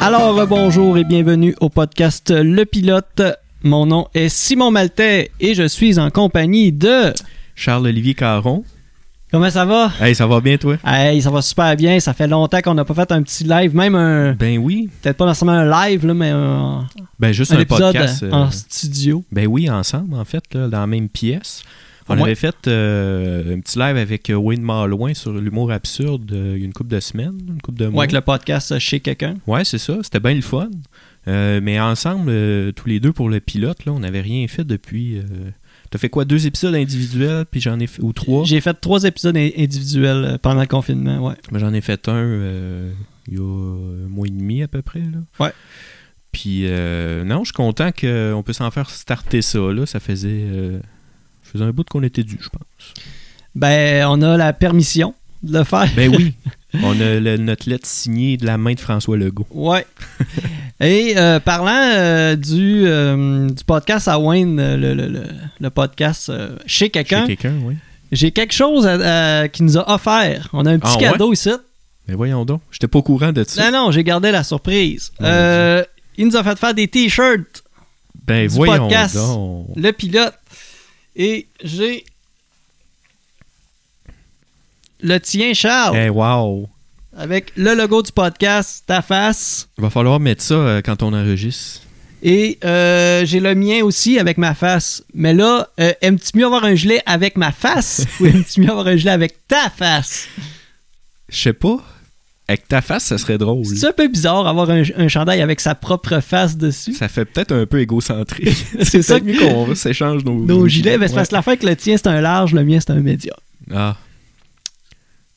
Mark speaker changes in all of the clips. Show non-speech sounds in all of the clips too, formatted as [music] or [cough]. Speaker 1: Alors, bonjour et bienvenue au podcast Le Pilote. Mon nom est Simon Maltais et je suis en compagnie de...
Speaker 2: Charles-Olivier Caron.
Speaker 1: Comment ça va?
Speaker 2: Hey, ça va bien, toi?
Speaker 1: Hey, ça va super bien. Ça fait longtemps qu'on n'a pas fait un petit live, même un...
Speaker 2: Ben oui.
Speaker 1: Peut-être pas nécessairement un live, là, mais un,
Speaker 2: Ben juste
Speaker 1: un
Speaker 2: un,
Speaker 1: épisode
Speaker 2: podcast.
Speaker 1: euh,
Speaker 2: euh,
Speaker 1: en studio.
Speaker 2: Ben oui, ensemble, en fait, là, dans la même pièce. On
Speaker 1: Ouais.
Speaker 2: avait fait euh, un petit live avec euh, Wayne Malouin sur l'humour absurde euh, il y a une couple de semaines, une couple de
Speaker 1: Ouais,
Speaker 2: mois.
Speaker 1: avec le podcast euh, chez quelqu'un.
Speaker 2: Ouais, c'est ça. C'était bien le fun. Euh, mais ensemble, euh, tous les deux pour le pilote, là, on n'avait rien fait depuis. euh, T'as fait quoi? Deux épisodes individuels, puis j'en ai fait. Ou trois?
Speaker 1: J'ai fait trois épisodes in- individuels euh, pendant le confinement, ouais.
Speaker 2: Ben, J'en ai fait un euh, il y a un mois et demi à peu près. Là.
Speaker 1: Ouais.
Speaker 2: Puis euh, non, je suis content euh, qu'on peut s'en faire starter ça. Là. Ça faisait, euh, ça faisait un bout qu'on était dû, je pense.
Speaker 1: Ben, on a la permission de le faire.
Speaker 2: Ben oui,
Speaker 1: [laughs]
Speaker 2: on a le- notre lettre signée de la main de François Legault.
Speaker 1: Ouais. [laughs] Et euh, parlant euh, du, euh, du podcast à Wayne, euh, le, le- le- le podcast euh, chez
Speaker 2: Chez
Speaker 1: quelqu'un,
Speaker 2: quelqu'un, oui.
Speaker 1: j'ai quelque chose à- à- qui nous a offert. On a un petit
Speaker 2: Ah ouais?
Speaker 1: cadeau ici.
Speaker 2: Mais voyons donc, j'étais pas au courant de ça.
Speaker 1: Non, non, j'ai gardé la surprise.
Speaker 2: Mon
Speaker 1: Euh, il nous a fait faire des t-shirts,
Speaker 2: Ben
Speaker 1: du
Speaker 2: voyons
Speaker 1: podcast.
Speaker 2: donc.
Speaker 1: le pilote. Et j'ai le tien, Charles,
Speaker 2: Eh, wow.
Speaker 1: avec le logo du podcast, ta face.
Speaker 2: Il va falloir mettre ça euh, quand on enregistre.
Speaker 1: Et euh, j'ai le mien aussi avec ma face. Mais là, euh, aimes-tu mieux avoir un gilet avec ma face [laughs] ou aimes-tu mieux avoir un gilet avec ta face?
Speaker 2: Je sais pas. Avec ta face, ça serait drôle.
Speaker 1: C'est un peu bizarre avoir un, un chandail avec sa propre face dessus.
Speaker 2: Ça fait peut-être un peu égocentrique.
Speaker 1: [laughs] C'est ça
Speaker 2: C'est
Speaker 1: que
Speaker 2: mieux qu'on s'échange nos,
Speaker 1: [laughs] nos gilets. Ben, c'est
Speaker 2: Ouais.
Speaker 1: parce que l'affaire que le tien, c'est un large, le mien, c'est un média.
Speaker 2: Ah.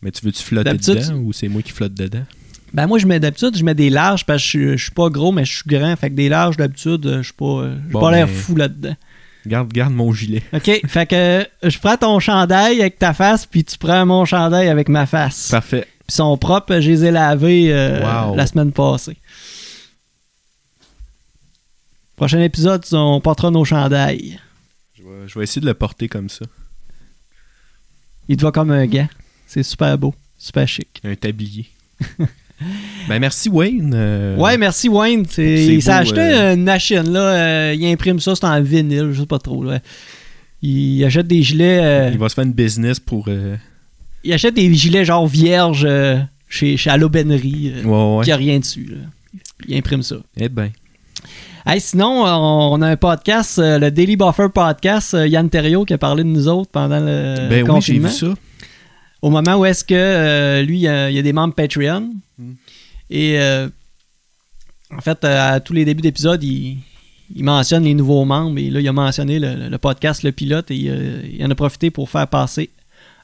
Speaker 2: Mais tu veux-tu flotter
Speaker 1: D'habitude,
Speaker 2: dedans ou c'est moi qui flotte dedans?
Speaker 1: Ben moi, je mets d'habitude, je mets des larges parce que je, suis- je suis pas gros, mais je suis grand. Fait que des larges, d'habitude, euh, je suis pas, euh, j'ai
Speaker 2: Bon,
Speaker 1: pas l'air
Speaker 2: mais-
Speaker 1: fou là-dedans.
Speaker 2: Garde, garde mon gilet.
Speaker 1: OK? fait que euh, je prends ton chandail avec ta face, puis tu prends mon chandail avec ma face.
Speaker 2: Parfait.
Speaker 1: Puis sont propres, je les ai lavés euh,
Speaker 2: Wow.
Speaker 1: la semaine passée. Prochain épisode, on portera nos chandails.
Speaker 2: Je vais, je vais essayer de le porter comme ça.
Speaker 1: Il te va comme un gars. C'est super beau, super chic.
Speaker 2: Un tablier. [laughs] ben merci Wayne. euh,
Speaker 1: Ouais, merci Wayne. C'est-
Speaker 2: c'est
Speaker 1: Il s'est
Speaker 2: beau,
Speaker 1: acheté
Speaker 2: euh.
Speaker 1: une machine, là. euh, il imprime ça, c'est en vinyle, je sais pas trop. là. Il achète des gilets. euh,
Speaker 2: Il va se faire une business pour... euh,
Speaker 1: il achète des gilets genre vierges euh, chez, chez à l'aubainerie, euh,
Speaker 2: Ouais, ouais.
Speaker 1: qui a rien dessus. là. Il imprime ça.
Speaker 2: Eh ben.
Speaker 1: Hey, sinon, euh, on on a un podcast, euh, le Daily Buffer Podcast, euh, Yann Thériault qui a parlé de nous autres pendant le
Speaker 2: ben oui, j'ai
Speaker 1: euh, confinement.
Speaker 2: vu ça.
Speaker 1: Au moment où est-ce que euh, lui, il y, a, il y a des membres Patreon.
Speaker 2: Mm.
Speaker 1: Et euh, en fait, euh, à tous les débuts d'épisode, il, il mentionne les nouveaux membres. Et là, il a mentionné le, le- le podcast Le Pilote et euh, il en a profité pour faire passer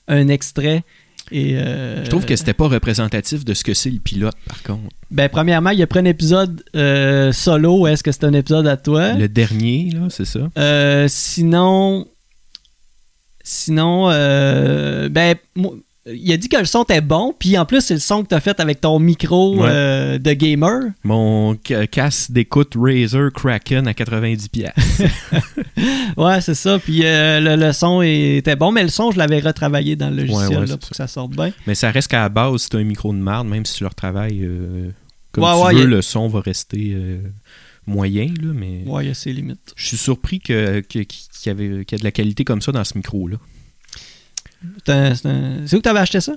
Speaker 1: un extrait. Et, euh,
Speaker 2: Je trouve que c'était pas représentatif de ce que c'est le pilote, par contre.
Speaker 1: Ben, premièrement, il a pris un épisode euh, solo. Est-ce que c'est un épisode à toi?
Speaker 2: Le dernier, là, c'est ça?
Speaker 1: Euh, sinon, sinon, euh, ben, moi, il a dit que le son était bon, puis en plus, c'est le son que t'as fait avec ton micro
Speaker 2: Ouais.
Speaker 1: euh, de gamer.
Speaker 2: Mon ca- casse d'écoute Razer Kraken à 90$. piastres.
Speaker 1: Ouais, c'est ça. Puis euh, le, le son était bon, mais le son, je l'avais retravaillé dans le logiciel
Speaker 2: Ouais, ouais,
Speaker 1: là,
Speaker 2: c'est
Speaker 1: pour que ça sorte bien.
Speaker 2: Mais ça reste qu'à la base, c'est un micro de marde, même si tu le retravailles euh, comme
Speaker 1: Ouais,
Speaker 2: tu
Speaker 1: ouais,
Speaker 2: veux,
Speaker 1: y a-
Speaker 2: le son va rester euh, moyen, là, mais
Speaker 1: Ouais, il y a ses limites.
Speaker 2: je suis surpris que- que- qu'il y, avait- qu'il y a de la qualité comme ça dans ce micro-là.
Speaker 1: C'est un- c'est un- c'est où que t'avais acheté ça?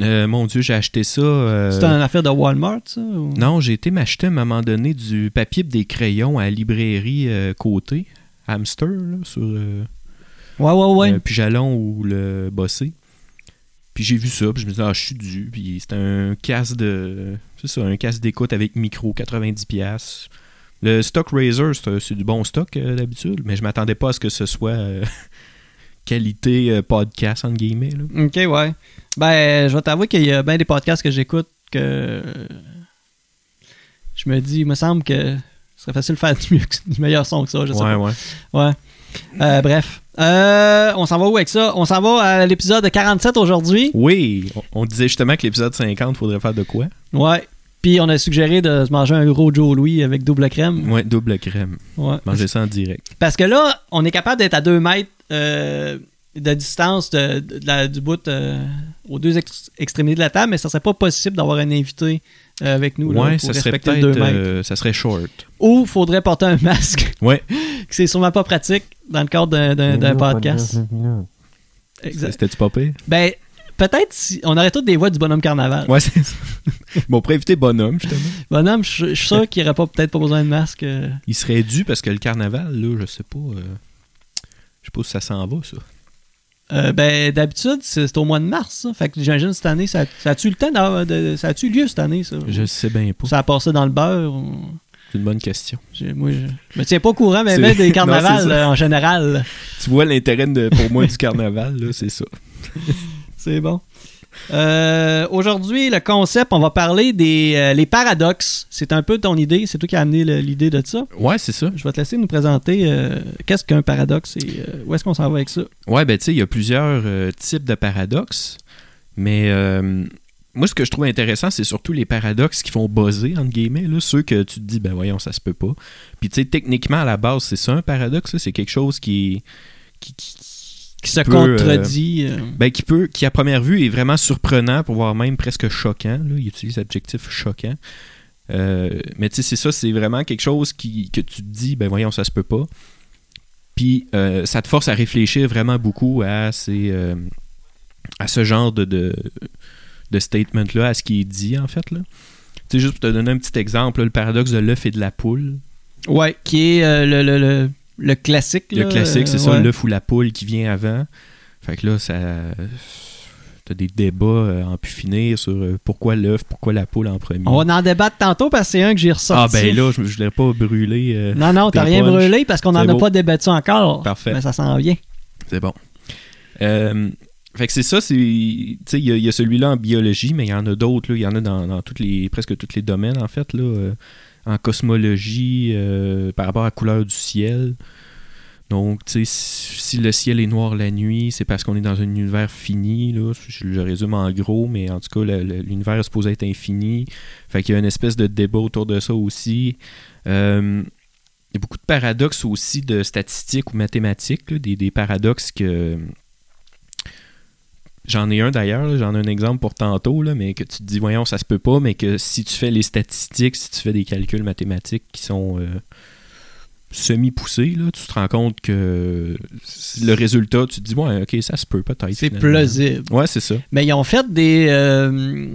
Speaker 2: Euh, mon Dieu, j'ai acheté ça... euh,
Speaker 1: C'est une affaire de Walmart, ça? ou-
Speaker 2: Non, j'ai été m'acheter à un moment donné du papier et des crayons à la librairie euh, côté, Hamster, là, sur... euh,
Speaker 1: Ouais, ouais, ouais.
Speaker 2: Euh, puis Jalon ou le bossé. Puis j'ai vu ça, puis je me disais, ah, je suis dû. Puis c'était un casque de. C'est ça, un casque d'écoute avec micro, 90$. piastres. Le stock Razer, c'est un- c'est du bon stock euh, d'habitude, mais je m'attendais pas à ce que ce soit euh, [laughs] qualité euh, podcast, entre guillemets. là.
Speaker 1: Ok, ouais. Ben, je vais t'avouer qu'il y a bien des podcasts que j'écoute que euh, je me dis, il me semble que ce serait facile de faire du, mieux que- du meilleur son que ça, je sais
Speaker 2: Ouais,
Speaker 1: pas.
Speaker 2: ouais.
Speaker 1: Ouais. Euh, bref. Euh, on s'en va où avec ça? On s'en va à l'épisode 47 aujourd'hui.
Speaker 2: Oui, on, on disait justement que l'épisode 50, faudrait faire de quoi
Speaker 1: Ouais. Puis on a suggéré de se manger un gros Joe Louis avec double crème.
Speaker 2: Ouais, double crème.
Speaker 1: Ouais.
Speaker 2: Manger ça en direct.
Speaker 1: Parce que là, on est capable d'être à 2 mètres euh, de distance de, de la- du bout euh, aux deux ex- extrémités de la table, mais ça serait pas possible d'avoir un invité euh, avec nous là,
Speaker 2: ouais,
Speaker 1: pour
Speaker 2: ça serait
Speaker 1: respecter le
Speaker 2: peut-être.
Speaker 1: 2 mètres.
Speaker 2: euh, ça serait short.
Speaker 1: Ou faudrait porter un masque, [laughs]
Speaker 2: Ouais,
Speaker 1: que c'est sûrement pas pratique dans le cadre d'un- d'un d'un podcast. Exact.
Speaker 2: c'était-tu pas pire?
Speaker 1: Ben, peut-être si on aurait toutes des voix du bonhomme carnaval.
Speaker 2: Ouais, c'est ça. [laughs] Bon, pour éviter bonhomme, justement.
Speaker 1: Bonhomme, je je suis sûr qu'il n'aurait pas peut-être pas besoin de masque. euh.
Speaker 2: Il serait dû parce que le carnaval, là, je sais pas. euh, je sais pas si ça s'en va, ça.
Speaker 1: Euh, ben, d'habitude, c'est c'est au mois de mars. ça. Fait que j'imagine cette année, ça, ça a-tu le temps d'avoir- de- ça a-tu lieu cette année, ça?
Speaker 2: Je sais bien pas.
Speaker 1: Ça a passé dans le beurre. ou-
Speaker 2: C'est une bonne question.
Speaker 1: j'ai- Moi, je... je me tiens pas au courant, mais
Speaker 2: C'est-
Speaker 1: même des
Speaker 2: [laughs] Non,
Speaker 1: carnavals
Speaker 2: c'est ça.
Speaker 1: euh, en général.
Speaker 2: Tu vois l'intérêt de- pour moi du carnaval, là, c'est ça.
Speaker 1: C'est bon. Euh, Aujourd'hui, le concept, on va parler des euh, les paradoxes. C'est un peu ton idée, c'est toi qui as amené le- l'idée de ça.
Speaker 2: Ouais, c'est ça.
Speaker 1: Je vais te laisser nous présenter euh, qu'est-ce qu'un paradoxe et euh, où est-ce qu'on s'en va avec ça.
Speaker 2: Ouais, ben tu sais, il y a plusieurs euh, types de paradoxes, mais euh, moi, ce que je trouve intéressant, c'est surtout les paradoxes qui font buzzer, entre guillemets, là, ceux que tu te dis, ben voyons, ça se peut pas. Puis tu sais, techniquement, à la base, c'est ça un paradoxe, là, c'est quelque chose qui, qui, qui-
Speaker 1: Qui se
Speaker 2: peut,
Speaker 1: contredit. euh,
Speaker 2: ben, qui peut, qui à première vue est vraiment surprenant, pour voir même presque choquant. Là, il utilise l'adjectif choquant. Euh, mais tu sais, c'est ça, c'est vraiment quelque chose qui, que tu te dis, ben voyons, ça se peut pas. Puis euh, ça te force à réfléchir vraiment beaucoup à, ces, euh, à ce genre de, de, de statement-là, à ce qui est dit en fait. Là. Tu sais, juste pour te donner un petit exemple, là, le paradoxe de l'œuf et de la poule.
Speaker 1: Ouais, qui est euh, le, le, le, le classique.
Speaker 2: Le
Speaker 1: là,
Speaker 2: classique, c'est
Speaker 1: euh,
Speaker 2: ça,
Speaker 1: ouais.
Speaker 2: l'œuf ou la poule qui vient avant. Fait que là, ça. T'as des débats euh, en pu finir sur euh, pourquoi l'œuf, pourquoi la poule en premier.
Speaker 1: On va en débattre tantôt parce que c'est un que j'ai
Speaker 2: ah
Speaker 1: ressorti.
Speaker 2: ben là, je ne voulais pas brûler. euh,
Speaker 1: Non, non, t'as
Speaker 2: tes
Speaker 1: rien
Speaker 2: punch.
Speaker 1: brûlé parce qu'on
Speaker 2: C'est
Speaker 1: n'en a
Speaker 2: beau.
Speaker 1: pas débattu encore.
Speaker 2: Parfait.
Speaker 1: Mais ça s'en vient.
Speaker 2: C'est bon. Euh, fait que c'est ça, c'est. Tu sais, il y a, il y a celui-là en biologie, mais il y en a d'autres, là. Il y en a dans, dans toutes les, presque tous les domaines, en fait, là. euh, en cosmologie, euh, par rapport à la couleur du ciel. Donc, tu sais, si si le ciel est noir la nuit, c'est parce qu'on est dans un univers fini, là. Je le résume en gros, mais en tout cas, le- le- l'univers est supposé être infini. Fait qu'il y a une espèce de débat autour de ça aussi. Euh, il y a beaucoup de paradoxes aussi de statistiques ou mathématiques, là, des, des paradoxes que. J'en ai un d'ailleurs, là, j'en ai un exemple pour tantôt, là, mais que tu te dis, voyons, ça se peut pas, mais que si tu fais les statistiques, si tu fais des calculs mathématiques qui sont euh, semi-poussés, là, tu te rends compte que le résultat, tu te dis, ouais, ok, ça se peut peut-être.
Speaker 1: C'est
Speaker 2: finalement.
Speaker 1: plausible.
Speaker 2: Ouais, c'est ça.
Speaker 1: Mais ils ont fait des. euh,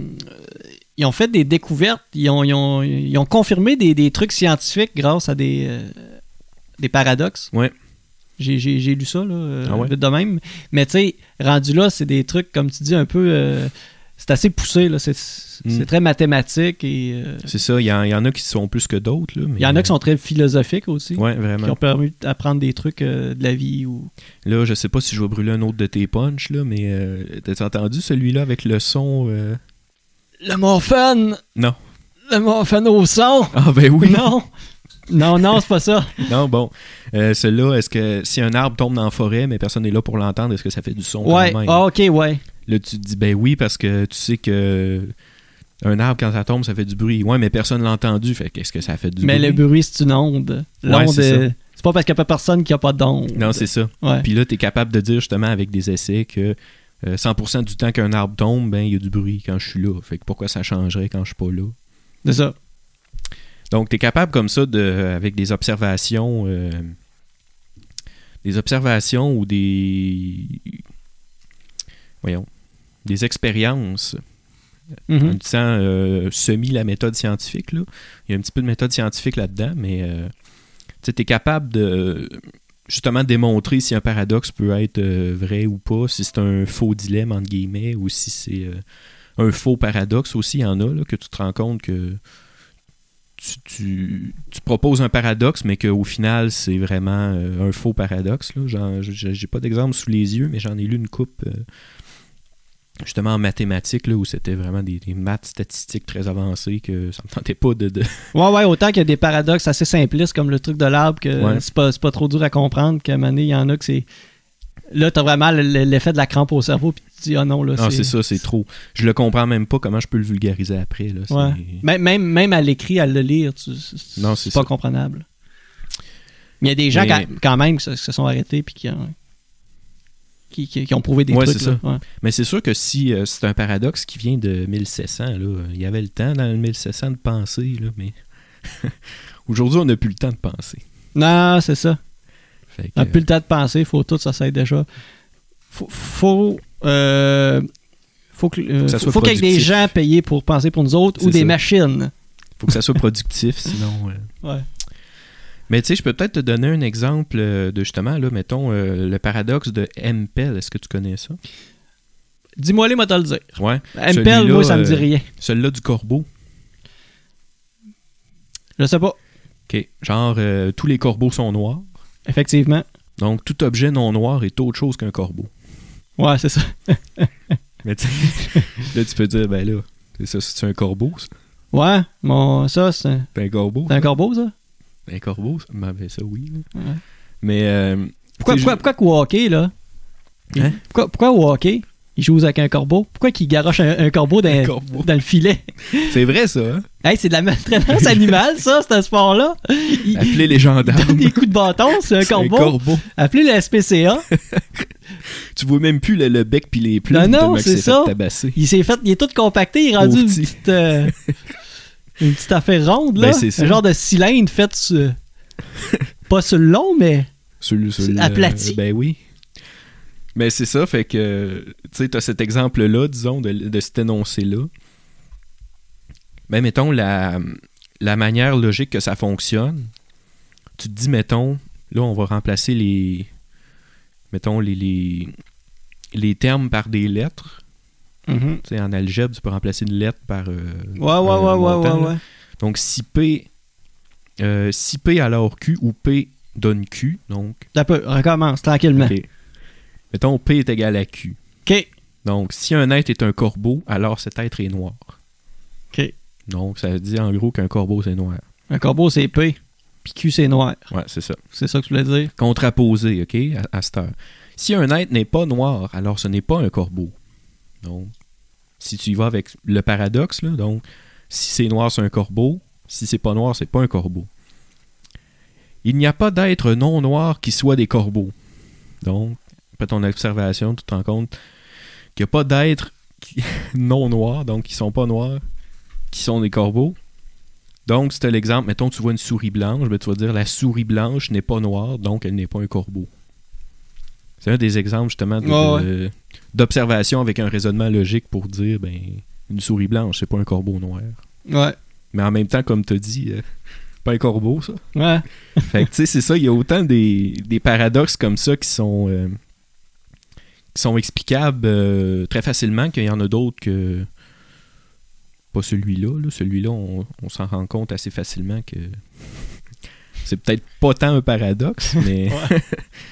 Speaker 1: ils ont fait des découvertes. Ils ont, ils ont, ils ont confirmé des, des trucs scientifiques grâce à des, euh, des paradoxes.
Speaker 2: Ouais.
Speaker 1: J'ai, j'ai- j'ai lu ça, là, euh,
Speaker 2: Ah ouais?
Speaker 1: vite de même. Mais tu sais, rendu là, c'est des trucs, comme tu dis, un peu. euh, c'est assez poussé, là. C'est, c'est
Speaker 2: Mm.
Speaker 1: très mathématique et. euh,
Speaker 2: C'est ça. Il y, en- il y en a qui sont plus que d'autres. là, mais-
Speaker 1: il y en a qui sont très philosophiques aussi.
Speaker 2: Ouais,
Speaker 1: Qui
Speaker 2: vraiment.
Speaker 1: ont permis d'apprendre des trucs euh, de la vie ou.
Speaker 2: Là, je sais pas si je vais brûler un autre de tes punchs, là, mais euh, t'as entendu celui-là avec le son euh,
Speaker 1: Le morphone!
Speaker 2: Non.
Speaker 1: Le morphone au son!
Speaker 2: Ah ben oui.
Speaker 1: Non! Non, non, c'est pas ça.
Speaker 2: non, bon. Euh, Celui-là, est-ce que si un arbre tombe dans la forêt, mais personne n'est là pour l'entendre, est-ce que ça fait du son
Speaker 1: Ouais,
Speaker 2: quand même?
Speaker 1: ah, ok, ouais.
Speaker 2: Là, tu te dis ben oui, parce que tu sais que un arbre, quand ça tombe, ça fait du bruit. Ouais, mais personne l'a entendu. Fait qu'est-ce que ça fait du
Speaker 1: Mais
Speaker 2: bruit?
Speaker 1: le bruit, c'est une onde. L'onde,
Speaker 2: Ouais, c'est
Speaker 1: euh, c'est pas parce qu'il n'y a pas personne qu'il n'y a pas d'onde.
Speaker 2: Non, c'est ça.
Speaker 1: Ouais.
Speaker 2: Puis là, tu es capable de dire justement avec des essais que euh, 100% du temps qu'un arbre tombe, ben il y a du bruit quand je suis là. Fait que pourquoi ça changerait quand je suis pas là?
Speaker 1: C'est ça.
Speaker 2: Donc, tu es capable comme ça, de, avec des observations, euh, des observations ou des, voyons, des expériences,
Speaker 1: Mhm.
Speaker 2: en disant euh, semi la méthode scientifique. Là. Il y a un petit peu de méthode scientifique là-dedans, mais euh, tu es capable de justement démontrer si un paradoxe peut être euh, vrai ou pas, si c'est un faux dilemme, entre guillemets, ou si c'est euh, un faux paradoxe aussi, il y en a, là, que tu te rends compte que tu, tu- tu proposes un paradoxe, mais qu'au final, c'est vraiment euh, un faux paradoxe. là. J'en- j'- J'ai pas d'exemple sous les yeux, mais j'en ai lu une coupe euh, justement en mathématiques, là, où c'était vraiment des, des maths statistiques très avancées que ça me tentait pas de... de-
Speaker 1: Ouais, ouais, autant qu'il y a des paradoxes assez simplistes comme le truc de l'arbre, que
Speaker 2: Ouais.
Speaker 1: c'est, pas, c'est pas trop dur à comprendre, qu'à un moment donné, il y en a que c'est. Là, t'as vraiment le- le- l'effet de la crampe au cerveau, puis tu te dis, ah non, là,
Speaker 2: Ah, c'est ça, c'est trop. Je le comprends même pas, comment je peux le vulgariser après. Là, c'est-
Speaker 1: Ouais. Même, même, même à l'écrit, à le lire, tu- c'est,
Speaker 2: Non,
Speaker 1: c'est
Speaker 2: c'est
Speaker 1: pas
Speaker 2: ça.
Speaker 1: comprenable. Mais il y a des gens
Speaker 2: Mais-
Speaker 1: quand, quand même qui se, qui se sont arrêtés puis qui ont, qui, qui- qui ont prouvé des
Speaker 2: Ouais,
Speaker 1: trucs.
Speaker 2: c'est ça.
Speaker 1: là. Ouais.
Speaker 2: Mais c'est sûr que si euh, c'est un paradoxe qui vient de 1700, là, euh, il y avait le temps dans le 1700 de penser, là, mais [laughs] aujourd'hui, on n'a plus le temps de penser.
Speaker 1: Non, c'est ça.
Speaker 2: Fait que,
Speaker 1: On n'a plus le temps de penser, faut tout s'essayer déjà. Faut faut, euh, faut que euh,
Speaker 2: que ça soit
Speaker 1: faut qu'il y ait des
Speaker 2: productif.
Speaker 1: gens payés pour penser pour nous autres ou
Speaker 2: C'est
Speaker 1: des
Speaker 2: ça.
Speaker 1: machines.
Speaker 2: euh, faut que ça
Speaker 1: [laughs]
Speaker 2: soit productif, sinon. euh.
Speaker 1: Ouais.
Speaker 2: Mais tu sais, je peux peut-être te donner un exemple euh, de justement, là, mettons, euh, le paradoxe de MPEL. Est-ce que tu connais ça?
Speaker 1: Dis-moi les, moi te le dire.
Speaker 2: Ouais.
Speaker 1: MPL, moi, ça me dit
Speaker 2: euh,
Speaker 1: rien.
Speaker 2: Celui-là du corbeau.
Speaker 1: Je sais pas.
Speaker 2: OK. Genre, euh, tous les corbeaux sont noirs.
Speaker 1: Effectivement.
Speaker 2: Donc, tout objet non noir est autre chose qu'un corbeau.
Speaker 1: Ouais, c'est ça.
Speaker 2: Mais tu sais, [laughs] là, tu peux dire, ben là, c'est ça, c'est un corbeau, ça?
Speaker 1: Ouais, mon, ça, c'est un,
Speaker 2: C'est un corbeau?
Speaker 1: c'est un corbeau, ça.
Speaker 2: Un corbeau, ça, ben, ben, ça oui. là.
Speaker 1: Ouais.
Speaker 2: Mais euh,
Speaker 1: Pourquoi,
Speaker 2: tu sais,
Speaker 1: pourquoi, pourquoi qu'au hockey, là
Speaker 2: Hein?
Speaker 1: pourquoi, pourquoi au hockey, ils jouent avec un corbeau Pourquoi qu'ils garochent un, un corbeau dans,
Speaker 2: Un corbeau.
Speaker 1: dans le filet
Speaker 2: je- c'est vrai ça. Hein?
Speaker 1: Hey, c'est de la maltraitance animale, ça, ce sport-là. Ils [laughs]
Speaker 2: Appeler les
Speaker 1: donnent
Speaker 2: gendarmes.
Speaker 1: des coups de bâton, c'est un
Speaker 2: C'est
Speaker 1: corbeau.
Speaker 2: corbeau.
Speaker 1: Appelez le SPCA.
Speaker 2: Tu vois même plus le, le bec puis les plumes
Speaker 1: Non,
Speaker 2: de
Speaker 1: non,
Speaker 2: Max
Speaker 1: c'est
Speaker 2: s'est
Speaker 1: ça.
Speaker 2: fait tabasser.
Speaker 1: Il s'est fait, il est tout compacté, il est rendu
Speaker 2: Pauvre
Speaker 1: une
Speaker 2: petit.
Speaker 1: petite, euh, une petite affaire ronde, là.
Speaker 2: Ben, c'est ça.
Speaker 1: un genre de cylindre fait sur- pas sur le long, mais
Speaker 2: Celui,
Speaker 1: C'est aplati.
Speaker 2: ben oui. Mais c'est ça, fait que tu sais, t'as cet exemple-là, disons, de, de cet énoncé-là. Ben mettons la, la manière logique que ça fonctionne. Tu te dis, mettons, là, on va remplacer les. Mettons, les, les, les termes par des lettres. Tu sais, en algèbre, tu peux remplacer une lettre par. euh,
Speaker 1: Ouais, ouais,
Speaker 2: un
Speaker 1: ouais, ouais,
Speaker 2: montant,
Speaker 1: ouais,
Speaker 2: là.
Speaker 1: ouais.
Speaker 2: Donc, si P, euh, si P alors Q ou P donne Q, donc.
Speaker 1: T'as peu, recommence tranquillement.
Speaker 2: OK. Mettons, P est égal à Q.
Speaker 1: OK.
Speaker 2: Donc, si un être est un corbeau, alors cet être est noir.
Speaker 1: OK.
Speaker 2: Donc, ça dit en gros qu'un corbeau, c'est noir.
Speaker 1: Un corbeau, c'est P. Puis Q, c'est noir.
Speaker 2: Ouais, c'est ça.
Speaker 1: C'est ça que tu voulais dire?
Speaker 2: Contraposé, OK, à, à cette heure. Si un être n'est pas noir, alors ce n'est pas un corbeau. Donc, si tu y vas avec le paradoxe, là, donc, si c'est noir, c'est un corbeau. Si c'est pas noir, c'est pas un corbeau. Il n'y a pas d'être non noir qui soit des corbeaux. Donc, après ton observation, tu te rends compte qu'il n'y a pas d'être qui- [laughs] non noir, donc qui sont pas noirs, qui sont des corbeaux. Donc, c'était l'exemple, mettons, tu vois une souris blanche, ben, tu vas dire la souris blanche n'est pas noire, donc elle n'est pas un corbeau. C'est un des exemples, justement, de-
Speaker 1: Ouais,
Speaker 2: de- d'observation avec un raisonnement logique pour dire, ben, une souris blanche, c'est pas un corbeau noir.
Speaker 1: Ouais.
Speaker 2: Mais en même temps, comme tu dit, euh, pas un corbeau, ça. [laughs]
Speaker 1: Ouais.
Speaker 2: Fait que, tu sais, c'est ça, il y a autant des, des paradoxes comme ça qui sont, euh, qui sont explicables euh, très facilement qu'il y en a d'autres que. Pas celui-là, là. Celui-là, on, on s'en rend compte assez facilement que. [laughs] C'est peut-être pas tant un paradoxe, mais.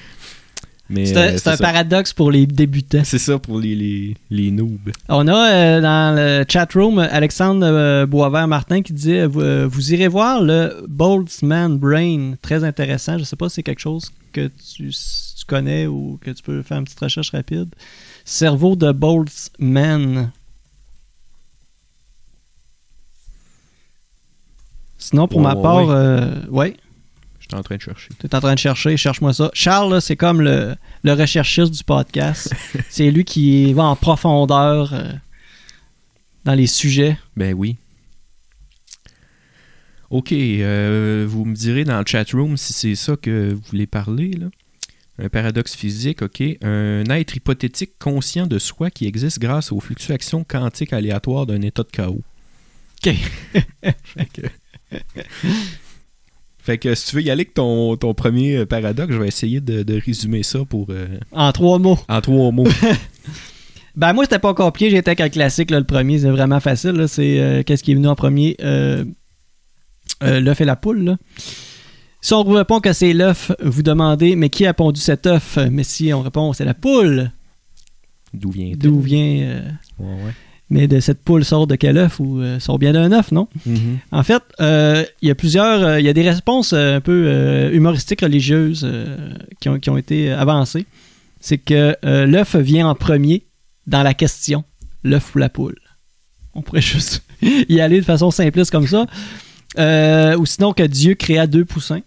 Speaker 2: [laughs] mais
Speaker 1: C'est
Speaker 2: euh,
Speaker 1: un, c'est un
Speaker 2: ça.
Speaker 1: paradoxe pour les débutants.
Speaker 2: C'est ça pour les, les, les noobs.
Speaker 1: On a euh, dans le chat room Alexandre euh, Boisvert-Martin qui dit euh, vous, euh, Vous irez voir le Boltzmann Brain. Très intéressant. Je sais pas si c'est quelque chose que tu, s- tu connais ou que tu peux faire une petite recherche rapide. Cerveau de Boltzmann. Sinon, pour
Speaker 2: Ouais,
Speaker 1: ma
Speaker 2: ouais,
Speaker 1: part,
Speaker 2: ouais.
Speaker 1: euh, ouais.
Speaker 2: J'étais en train de chercher.
Speaker 1: Tu es en train de chercher, cherche-moi ça. Charles, là, c'est comme le, le recherchiste du podcast. c'est lui qui va en profondeur euh, dans les sujets.
Speaker 2: Ben oui. Ok, euh, vous me direz dans le chat room si c'est ça que vous voulez parler. Là. Un paradoxe physique, ok. Un être hypothétique conscient de soi qui existe grâce aux fluctuations quantiques aléatoires d'un état de chaos.
Speaker 1: Ok.
Speaker 2: [laughs] Fait que... Fait que si tu veux y aller avec ton, ton premier euh, paradoxe, je vais essayer de, de résumer ça pour euh,
Speaker 1: En trois mots.
Speaker 2: en
Speaker 1: [laughs]
Speaker 2: trois mots.
Speaker 1: Ben moi, c'était pas compliqué. J'étais qu'un classique. là. le premier, c'est vraiment facile. là. C'est euh, qu'est-ce qui est venu en premier Euh, euh, L'œuf et la poule. là. Si on vous répond que c'est l'œuf, vous demandez mais qui a pondu cet œuf Mais si on répond c'est la poule,
Speaker 2: D'où vient
Speaker 1: d'où vient euh,
Speaker 2: Ouais, ouais.
Speaker 1: Mais de cette poule sort de quel œuf ou euh, sort bien d'un œuf, non
Speaker 2: Mhm.
Speaker 1: En fait, euh, il y a plusieurs, euh, il y a des réponses euh, un peu euh, humoristiques, religieuses, euh, qui, ont, qui ont été euh, avancées. C'est que euh, l'œuf vient en premier dans la question, l'œuf ou la poule. On pourrait [laughs] juste y aller de façon simpliste comme ça. Euh, ou sinon que Dieu créa deux poussins.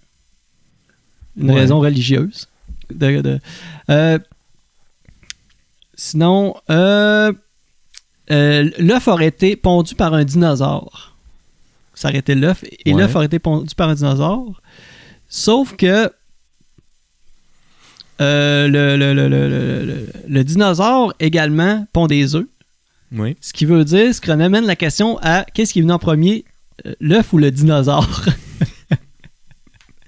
Speaker 1: Une
Speaker 2: Ouais.
Speaker 1: raison religieuse. De- de- Euh, Sinon, euh, euh, l'œuf aurait été pondu par un dinosaure. Ça aurait été l'œuf. Et
Speaker 2: Ouais.
Speaker 1: l'œuf aurait été pondu par un dinosaure. Sauf que euh, le, le- le- le- le- le- le dinosaure également pond des œufs.
Speaker 2: Oui.
Speaker 1: Ce qui veut dire, ce qu'on amène la question à qu'est-ce qui est venu en premier, euh, l'œuf ou le dinosaure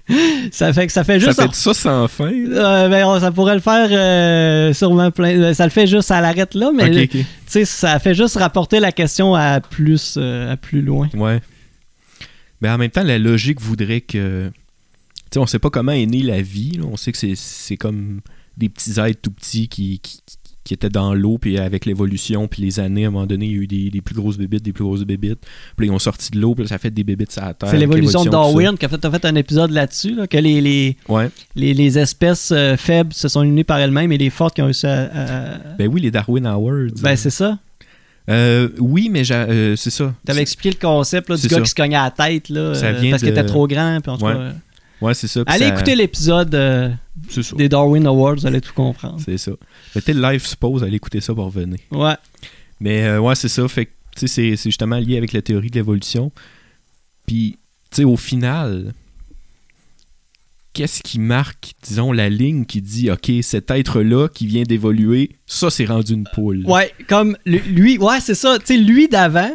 Speaker 1: [laughs] Ça fait que ça fait juste.
Speaker 2: ça fait ça sans fin. là?
Speaker 1: Euh, ben, on- ça pourrait le faire euh, sûrement plein. euh, Ça le fait juste à l'arrête là, mais
Speaker 2: Ok,
Speaker 1: le-
Speaker 2: ok.
Speaker 1: tu sais, ça fait juste rapporter la question à plus, euh, à plus loin.
Speaker 2: Ouais. Mais en même temps, la logique voudrait que. Tu sais, on sait pas comment est née la vie. là. On sait que c'est- c'est comme des petits êtres tout petits qui, qui, qui étaient dans l'eau, puis avec l'évolution, puis les années, à un moment donné, il y a eu des, des plus grosses bébites, des plus grosses bébites. Puis là, ils ont sorti de l'eau, puis là, ça fait des bébites sur la terre.
Speaker 1: C'est
Speaker 2: avec
Speaker 1: l'évolution de
Speaker 2: tout ça.
Speaker 1: Darwin qui a fait, t'as fait un épisode là-dessus, là, que les, les,
Speaker 2: Ouais.
Speaker 1: les, les espèces euh, faibles se sont unies par elles-mêmes et les fortes qui ont réussi à. à-
Speaker 2: Ben oui, les Darwin Awards.
Speaker 1: Ah. Ben, c'est ça.
Speaker 2: Euh, oui, mais j'a- euh, c'est ça.
Speaker 1: T'avais expliqué le concept là, du
Speaker 2: C'est
Speaker 1: gars
Speaker 2: ça.
Speaker 1: qui se cognait à la tête là,
Speaker 2: Ça
Speaker 1: euh,
Speaker 2: vient
Speaker 1: parce qu'il
Speaker 2: de-
Speaker 1: était trop grand. puis en tout
Speaker 2: Ouais.
Speaker 1: cas, euh,
Speaker 2: Ouais, c'est ça. puis
Speaker 1: Allez
Speaker 2: ça-
Speaker 1: écouter l'épisode euh,
Speaker 2: C'est ça.
Speaker 1: des Darwin Awards, vous allez tout comprendre.
Speaker 2: C'est ça. Mettez le live suppose, allez écouter ça pour revenir.
Speaker 1: Ouais.
Speaker 2: Mais euh, ouais, c'est ça. Fait que, tu sais, c'est, c'est justement lié avec la théorie de l'évolution. Puis, tu sais, au final, qu'est-ce qui marque, disons, la ligne qui dit, OK, cet être-là qui vient d'évoluer, ça, c'est rendu une poule.
Speaker 1: Ouais, comme lui- lui, ouais, c'est ça. Tu sais, lui d'avant,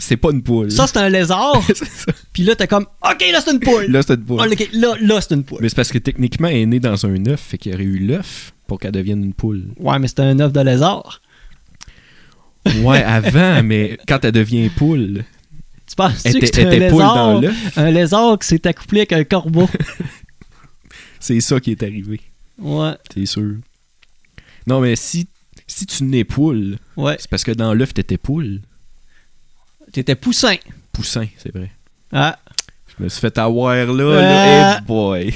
Speaker 2: C'est pas une poule. [laughs]
Speaker 1: ça c'est un lézard.
Speaker 2: C'est ça.
Speaker 1: Puis là, t'es comme, OK, là, c'est une poule.
Speaker 2: Là, c'est une poule.
Speaker 1: Ah, ok, là, là, c'est une poule.
Speaker 2: Mais c'est parce que techniquement, elle est née dans un œuf, fait qu'il y aurait eu l'œuf pour qu'elle devienne une poule.
Speaker 1: Ouais, mais c'était un œuf de lézard.
Speaker 2: Ouais, avant, mais quand elle devient poule,
Speaker 1: Tu penses-tu
Speaker 2: elle
Speaker 1: que
Speaker 2: était,
Speaker 1: c'était
Speaker 2: elle
Speaker 1: un
Speaker 2: était poule dans
Speaker 1: lézard?
Speaker 2: l'œuf.
Speaker 1: Un lézard qui s'est accouplé avec un
Speaker 2: [laughs]
Speaker 1: corbeau.
Speaker 2: C'est ça qui est arrivé,
Speaker 1: ouais,
Speaker 2: c'est sûr. Non, mais si, si tu n'es poule,
Speaker 1: ouais.
Speaker 2: C'est parce que dans l'œuf, t'étais poule.
Speaker 1: T'étais poussin.
Speaker 2: Poussin, c'est vrai.
Speaker 1: Ah,
Speaker 2: Je me suis fait avoir là,
Speaker 1: Euh.
Speaker 2: là. Hey
Speaker 1: [laughs]
Speaker 2: boy!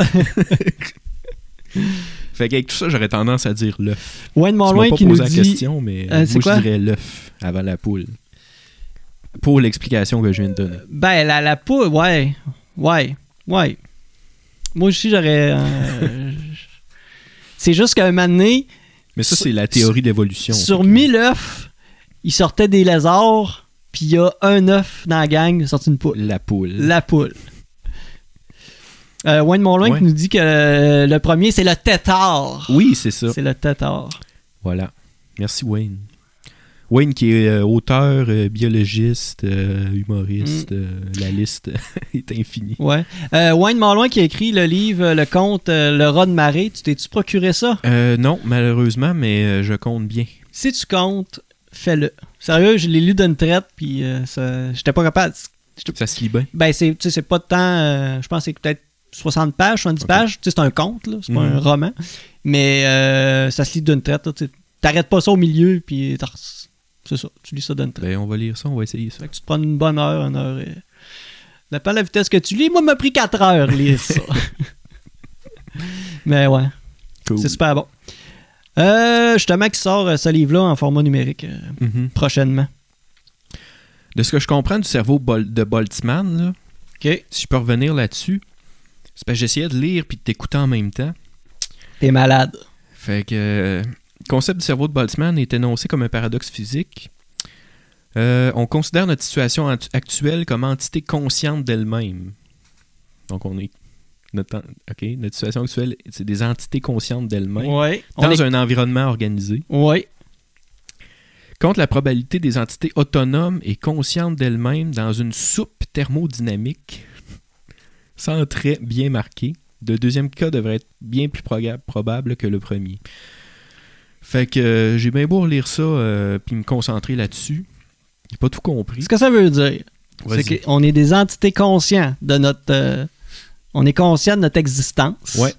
Speaker 2: fait qu'avec tout ça, j'aurais tendance à dire l'œuf.
Speaker 1: Wayne
Speaker 2: Tu
Speaker 1: Morloin
Speaker 2: m'as pas
Speaker 1: qui
Speaker 2: posé
Speaker 1: nous
Speaker 2: la
Speaker 1: dit.
Speaker 2: question, mais
Speaker 1: Euh, c'est
Speaker 2: moi,
Speaker 1: quoi?
Speaker 2: je dirais l'œuf avant la poule. Pour l'explication que je viens de donner.
Speaker 1: Ben, la, la poule, ouais. Ouais, ouais. Moi aussi, j'aurais. euh, c'est juste qu'à un moment donné,
Speaker 2: Mais ça,
Speaker 1: sur-
Speaker 2: c'est la théorie d'évolution.
Speaker 1: sur
Speaker 2: Fait que-
Speaker 1: 1000 œufs, il sortait des lézards, puis il y a un œuf dans la gang, il a sorti une poule.
Speaker 2: La poule.
Speaker 1: La poule. Euh, Wayne Morloin
Speaker 2: Ouais.
Speaker 1: qui nous dit que euh, le premier, c'est le tétard.
Speaker 2: Oui, c'est ça.
Speaker 1: C'est le tétard.
Speaker 2: Voilà. Merci, Wayne. Wayne, qui est euh, auteur, euh, biologiste, euh, humoriste, euh, la liste [laughs] est infinie.
Speaker 1: Ouais. Euh, Wayne Morloin qui a écrit le livre, euh, le conte euh, Le rat de marée. Tu t'es-tu procuré ça?
Speaker 2: Euh, non, malheureusement, mais euh, je compte bien.
Speaker 1: Si tu comptes, fais-le. Sérieux, je l'ai lu d'une traite, puis euh, ça- j'étais pas capable.
Speaker 2: Ça se lit bien.
Speaker 1: Ben, c'est, tu sais, c'est pas de temps. je pense que c'est peut-être 60 pages, 70
Speaker 2: Ok.
Speaker 1: pages. Tu sais, c'est un conte, là. C'est pas
Speaker 2: Mhm.
Speaker 1: un roman. Mais euh, ça se lit d'une traite. là, tu sais. T'arrêtes pas ça au milieu, puis t'en- c'est ça. Tu lis ça d'une traite.
Speaker 2: Ben, on va lire ça, on va essayer ça.
Speaker 1: Fait que tu te prends une bonne heure, une heure. Et... Dépend de la vitesse que tu lis. Moi, m'a pris 4 heures lire ça.
Speaker 2: [laughs]
Speaker 1: Mais ouais,
Speaker 2: Cool.
Speaker 1: c'est super bon. Euh, justement, qui sort euh, ce livre-là en format numérique euh,
Speaker 2: Mhm.
Speaker 1: prochainement.
Speaker 2: De ce que je comprends du cerveau Bol- de Boltzmann, là,
Speaker 1: Ok.
Speaker 2: si je peux revenir là-dessus, c'est parce que j'essayais de lire puis de t'écouter en même temps.
Speaker 1: T'es malade.
Speaker 2: Fait que euh, le concept du cerveau de Boltzmann est énoncé comme un paradoxe physique. Euh, on considère notre situation actu- actuelle comme entité consciente d'elle-même. Donc on est notre, en- ok, notre situation actuelle, c'est des entités conscientes d'elles-mêmes
Speaker 1: Ouais. On
Speaker 2: dans
Speaker 1: est-
Speaker 2: un environnement organisé.
Speaker 1: Ouais.
Speaker 2: contre la probabilité des entités autonomes et conscientes d'elles-mêmes dans une soupe thermodynamique [laughs] sans trait bien marqué. Le deuxième cas devrait être bien plus proga- probable que le premier. Fait que euh, j'ai bien beau relire ça euh, puis me concentrer là-dessus. J'ai pas tout compris.
Speaker 1: Ce que ça veut dire,
Speaker 2: Hmm? Vas-y.
Speaker 1: c'est qu'on est des entités conscientes de notre. euh, on est conscient de notre existence.
Speaker 2: Ouais.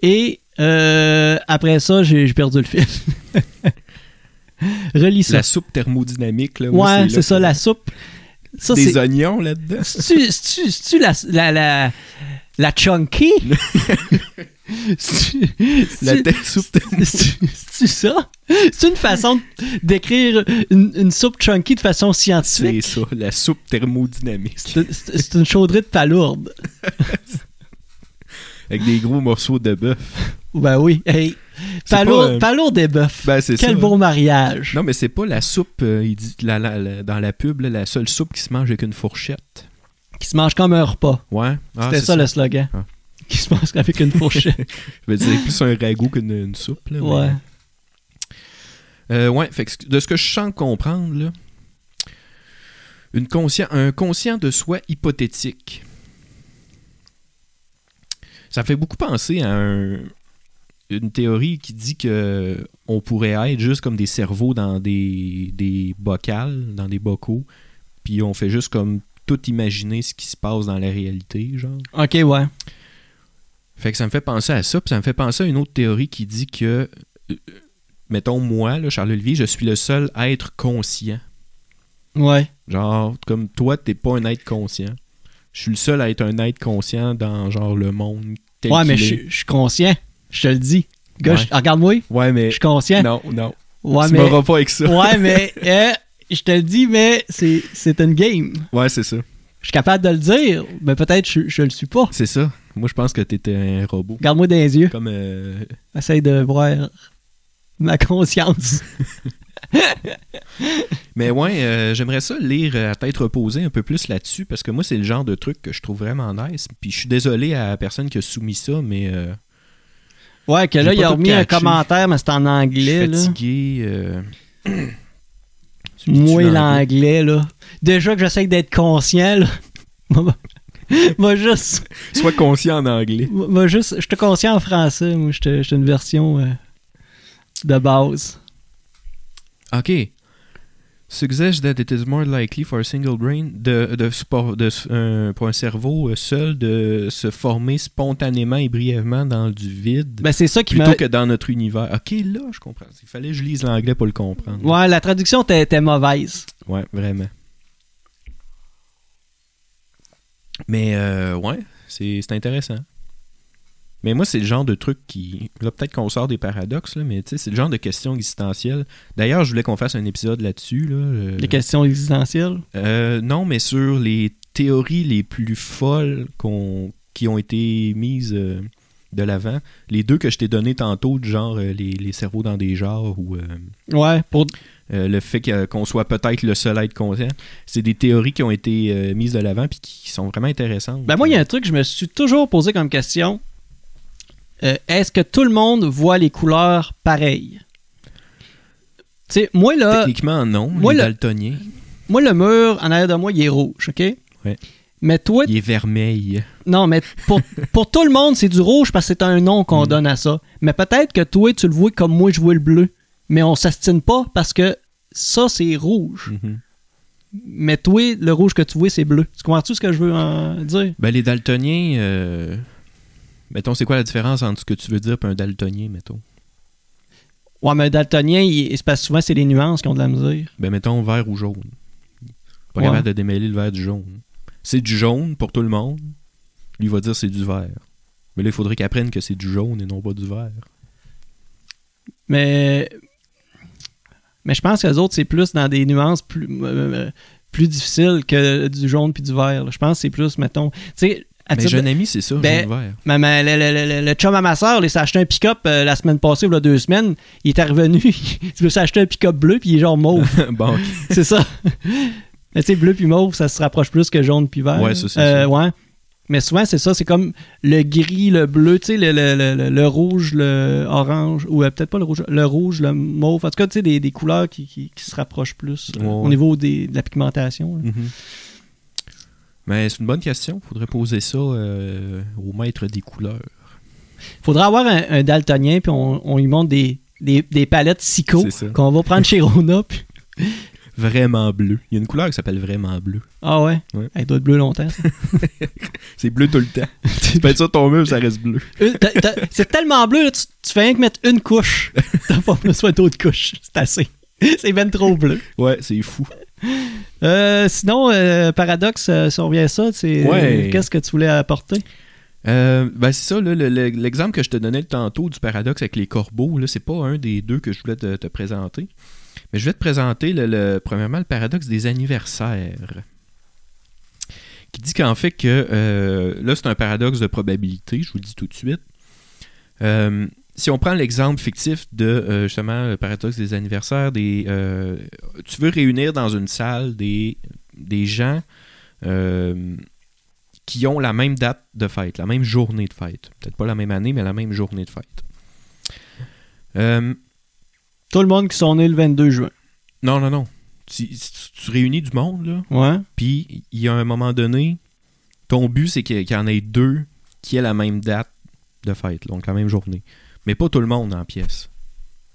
Speaker 1: Et euh, après ça, j'ai j'ai perdu le fil. [laughs] Relis ça.
Speaker 2: La soupe thermodynamique, là. moi,
Speaker 1: Ouais,
Speaker 2: là
Speaker 1: c'est ça,
Speaker 2: que-
Speaker 1: la soupe. Ça,
Speaker 2: Des
Speaker 1: c'est.
Speaker 2: oignons
Speaker 1: [laughs]
Speaker 2: là-dedans.
Speaker 1: C'est-tu- C'est-tu c'est-tu la, la, la, la
Speaker 2: [laughs]
Speaker 1: chunky? C'est-tu-
Speaker 2: La
Speaker 1: c'est-tu-
Speaker 2: te-
Speaker 1: [laughs]
Speaker 2: soupe thermodynamique.
Speaker 1: c'est-tu- C'est-tu ça? C'est une façon de- d'écrire une, une soupe chunky de façon
Speaker 2: C'est
Speaker 1: scientifique.
Speaker 2: ça, la soupe thermodynamique.
Speaker 1: C'est c'est une chaudrée de palourde.
Speaker 2: Avec des gros morceaux de bœuf.
Speaker 1: Ben oui. Hey,
Speaker 2: C'est pas,
Speaker 1: Palour,
Speaker 2: euh,
Speaker 1: Palour des bœufs.
Speaker 2: Ben, c'est
Speaker 1: Quel
Speaker 2: ça.
Speaker 1: beau mariage.
Speaker 2: Non, mais c'est pas la soupe, euh, il dit la- la- la- dans la pub, là, la seule soupe qui se mange avec une fourchette.
Speaker 1: Qui se mange comme un repas.
Speaker 2: Ouais. Ah,
Speaker 1: C'était
Speaker 2: c'est
Speaker 1: ça, le slogan.
Speaker 2: Ah.
Speaker 1: Qui se mange avec une
Speaker 2: [laughs]
Speaker 1: fourchette.
Speaker 2: Je veux dire, plus un ragoût qu'une une soupe. Là, mais-
Speaker 1: ouais.
Speaker 2: Euh, ouais, fait que ce- de ce que je sens comprendre, là, une conscien- un conscient de soi hypothétique. Ça fait beaucoup penser à un- une théorie qui dit que on pourrait être juste comme des cerveaux dans des, des bocals, dans des bocaux, puis on fait juste comme tout imaginer ce qui se passe dans la réalité, genre.
Speaker 1: Ok, ouais.
Speaker 2: Fait que ça me fait penser à ça, puis ça me fait penser à une autre théorie qui dit que, euh, mettons moi, là, Charles-Olivier, je suis le seul être conscient.
Speaker 1: Ouais.
Speaker 2: Genre, comme toi, t'es pas un être conscient. Je suis le seul à être un être conscient dans, genre, le monde tel
Speaker 1: ouais, mais
Speaker 2: qu'il
Speaker 1: je
Speaker 2: est.
Speaker 1: je suis conscient. Je te le dis. Gars,
Speaker 2: Ouais.
Speaker 1: je- regarde-moi.
Speaker 2: Ouais, mais...
Speaker 1: Je suis conscient.
Speaker 2: Non, non.
Speaker 1: Ouais,
Speaker 2: tu
Speaker 1: mais.
Speaker 2: m'auras pas avec ça.
Speaker 1: ouais, mais. euh, je te le dis, mais c'est c'est une game.
Speaker 2: Ouais, c'est ça.
Speaker 1: Je suis capable de le dire, mais peut-être je, je le suis pas.
Speaker 2: C'est ça. Moi, je pense que t'étais un robot.
Speaker 1: Regarde-moi dans les yeux.
Speaker 2: Comme... euh,
Speaker 1: Essaye de voir ma [laughs] conscience.
Speaker 2: Mais ouais, euh, j'aimerais ça lire euh, à tête reposée un peu plus là-dessus, parce que moi, c'est le genre de truc que je trouve vraiment nice. Puis je suis désolé à la personne qui a soumis ça, mais... euh,
Speaker 1: Ouais, que là,
Speaker 2: J'ai
Speaker 1: il a
Speaker 2: pas tout
Speaker 1: remis un
Speaker 2: catché.
Speaker 1: commentaire, mais c'est en
Speaker 2: Je suis
Speaker 1: anglais. Là.
Speaker 2: fatigué.
Speaker 1: [clears throat]
Speaker 2: euh, tu me dis-tu
Speaker 1: Moi,
Speaker 2: dans la-
Speaker 1: l'anglais, là. Déjà que j'essaie d'être conscient, là. [laughs] Moi, moi, juste.
Speaker 2: Sois conscient en anglais.
Speaker 1: Moi, moi, juste. Je te conscient en français. Moi, je te- je te une version euh, de base.
Speaker 2: OK. Suggest that it is more likely for a single brain de, de, se por- de se- un- pour un cerveau euh, seul de se former spontanément et brièvement dans du vide
Speaker 1: Ben, c'est ça qui m'a.
Speaker 2: plutôt que dans notre univers. OK, là, je comprends. Il fallait que je lise l'anglais pour le comprendre.
Speaker 1: Ouais, la traduction était était mauvaise.
Speaker 2: Ouais, vraiment. Mais euh, ouais, c'est c'est intéressant. Mais moi, c'est le genre de truc qui. Là, peut-être qu'on sort des paradoxes, là, mais tu sais, c'est le genre de questions existentielles. D'ailleurs, je voulais qu'on fasse un épisode là-dessus. Là, euh,
Speaker 1: Les questions existentielles.
Speaker 2: euh, non, mais sur les théories les plus folles qu'on- qui ont été mises euh, de l'avant. Les deux que je t'ai donné tantôt, du genre euh, les, les cerveaux dans des genres ou. euh,
Speaker 1: Ouais, pour.
Speaker 2: euh, le fait que- qu'on soit peut-être le seul à être conscient, c'est des théories qui ont été euh, mises de l'avant puis qui, qui sont vraiment intéressantes.
Speaker 1: Ben, moi, il y a un truc que je me suis toujours posé comme question. Euh, Est-ce que tout le monde voit les couleurs pareilles? Tu sais, moi, là.
Speaker 2: Euh, Techniquement, non.
Speaker 1: moi,
Speaker 2: il est
Speaker 1: le-
Speaker 2: daltonien.
Speaker 1: Moi, le mur en arrière de moi, il est rouge, OK?
Speaker 2: Ouais.
Speaker 1: Mais toi,
Speaker 2: Il est vermeil.
Speaker 1: non, mais pour, pour tout le monde, c'est du rouge parce que c'est un nom qu'on
Speaker 2: Mm.
Speaker 1: donne à ça. Mais peut-être que toi, tu le vois comme moi, je vois le bleu. Mais on s'astine pas parce que ça, c'est rouge.
Speaker 2: Mhm.
Speaker 1: Mais toi, le rouge que tu vois, c'est bleu. Tu comprends-tu ce que je veux en dire?
Speaker 2: Ben, les daltoniens, euh, mettons, c'est quoi la différence entre ce que tu veux dire et un daltonien, mettons?
Speaker 1: Ouais, mais le daltonien, il, c'est parce que souvent, c'est les nuances qui ont de la misère.
Speaker 2: Ben, mettons vert ou jaune. Pas
Speaker 1: Ouais.
Speaker 2: capable de démêler le vert du jaune. C'est du jaune pour tout le monde. Lui il va dire c'est du vert. Mais là, il faudrait qu'il apprenne que c'est du jaune et non pas du vert.
Speaker 1: Mais, mais je pense que les autres, c'est plus dans des nuances plus, euh, plus difficiles que du jaune puis du vert. là. Je pense que c'est plus, mettons... Tu sais, à
Speaker 2: Mais
Speaker 1: titre de-
Speaker 2: jeune ami, c'est ça,
Speaker 1: Ben,
Speaker 2: jaune vert.
Speaker 1: Ma- ma- le, le- le- le- le chum à ma soeur, il s'est acheté un pick-up euh, la semaine passée, ou là, deux semaines. Il était revenu, [laughs] il veut s'acheter un pick-up bleu, puis il est genre
Speaker 2: [laughs]
Speaker 1: mauve.
Speaker 2: [laughs] bon, ok.
Speaker 1: c'est ça. Mais tu sais, bleu puis mauve, ça se rapproche plus que jaune puis vert.
Speaker 2: Ouais, ça, c'est
Speaker 1: Euh,
Speaker 2: ça.
Speaker 1: ouais. Mais souvent, c'est ça, c'est comme le gris, le bleu, tu sais, le, le- le- le- le rouge, le orange, ou euh, peut-être pas le rouge, le rouge, le mauve. En tout cas, tu sais, des, des couleurs qui, qui- qui se rapprochent plus euh,
Speaker 2: Ouais,
Speaker 1: au
Speaker 2: ouais.
Speaker 1: niveau des- de la pigmentation. là.
Speaker 2: Mhm. Mais c'est une bonne question. Faudrait poser ça euh, au maître des couleurs.
Speaker 1: faudra avoir un, un daltonien, puis on, on lui montre des, des, des palettes Sico
Speaker 2: C'est ça.
Speaker 1: qu'on va prendre chez Rona. puis-
Speaker 2: Vraiment bleu. Il y a une couleur qui s'appelle vraiment bleu.
Speaker 1: Ah ouais?
Speaker 2: Ouais.
Speaker 1: Elle doit être bleue longtemps. ça.
Speaker 2: C'est bleu tout le temps. [laughs] tu mets ça ton mur, ça reste bleu.
Speaker 1: Une- Euh, t'as- t'as- C'est tellement bleu, là, tu, tu fais rien que mettre une
Speaker 2: [laughs]
Speaker 1: couche. T'as pas besoin d'autres couches. C'est assez. C'est même trop bleu.
Speaker 2: Ouais, c'est fou.
Speaker 1: Euh, sinon, euh, paradoxe, euh, si on revient à ça, c'est
Speaker 2: Ouais.
Speaker 1: qu'est-ce que tu voulais apporter?
Speaker 2: Euh, ben c'est ça, là, le- le- l'exemple que je te donnais tantôt du paradoxe avec les corbeaux, là, c'est pas un des deux que je voulais te, te présenter. Mais je vais te présenter, le, le- premièrement, le paradoxe des anniversaires. Qui dit qu'en fait que, euh, là, c'est un paradoxe de probabilité, je vous le dis tout de suite. Euh, si on prend l'exemple fictif de euh, justement le paradoxe des anniversaires, des, euh, tu veux réunir dans une salle des, des gens euh, qui ont la même date de fête, la même journée de fête. Peut-être pas la même année, mais la même journée de fête. Euh,
Speaker 1: Tout le monde qui sont nés le 22 juin.
Speaker 2: non, non, non. Tu, tu- tu réunis du monde, là,
Speaker 1: Ouais.
Speaker 2: puis il y a un moment donné, ton but, c'est qu'il y- qu'il y en ait deux qui aient la même date de fête, donc la même journée. Mais pas tout le monde en pièce.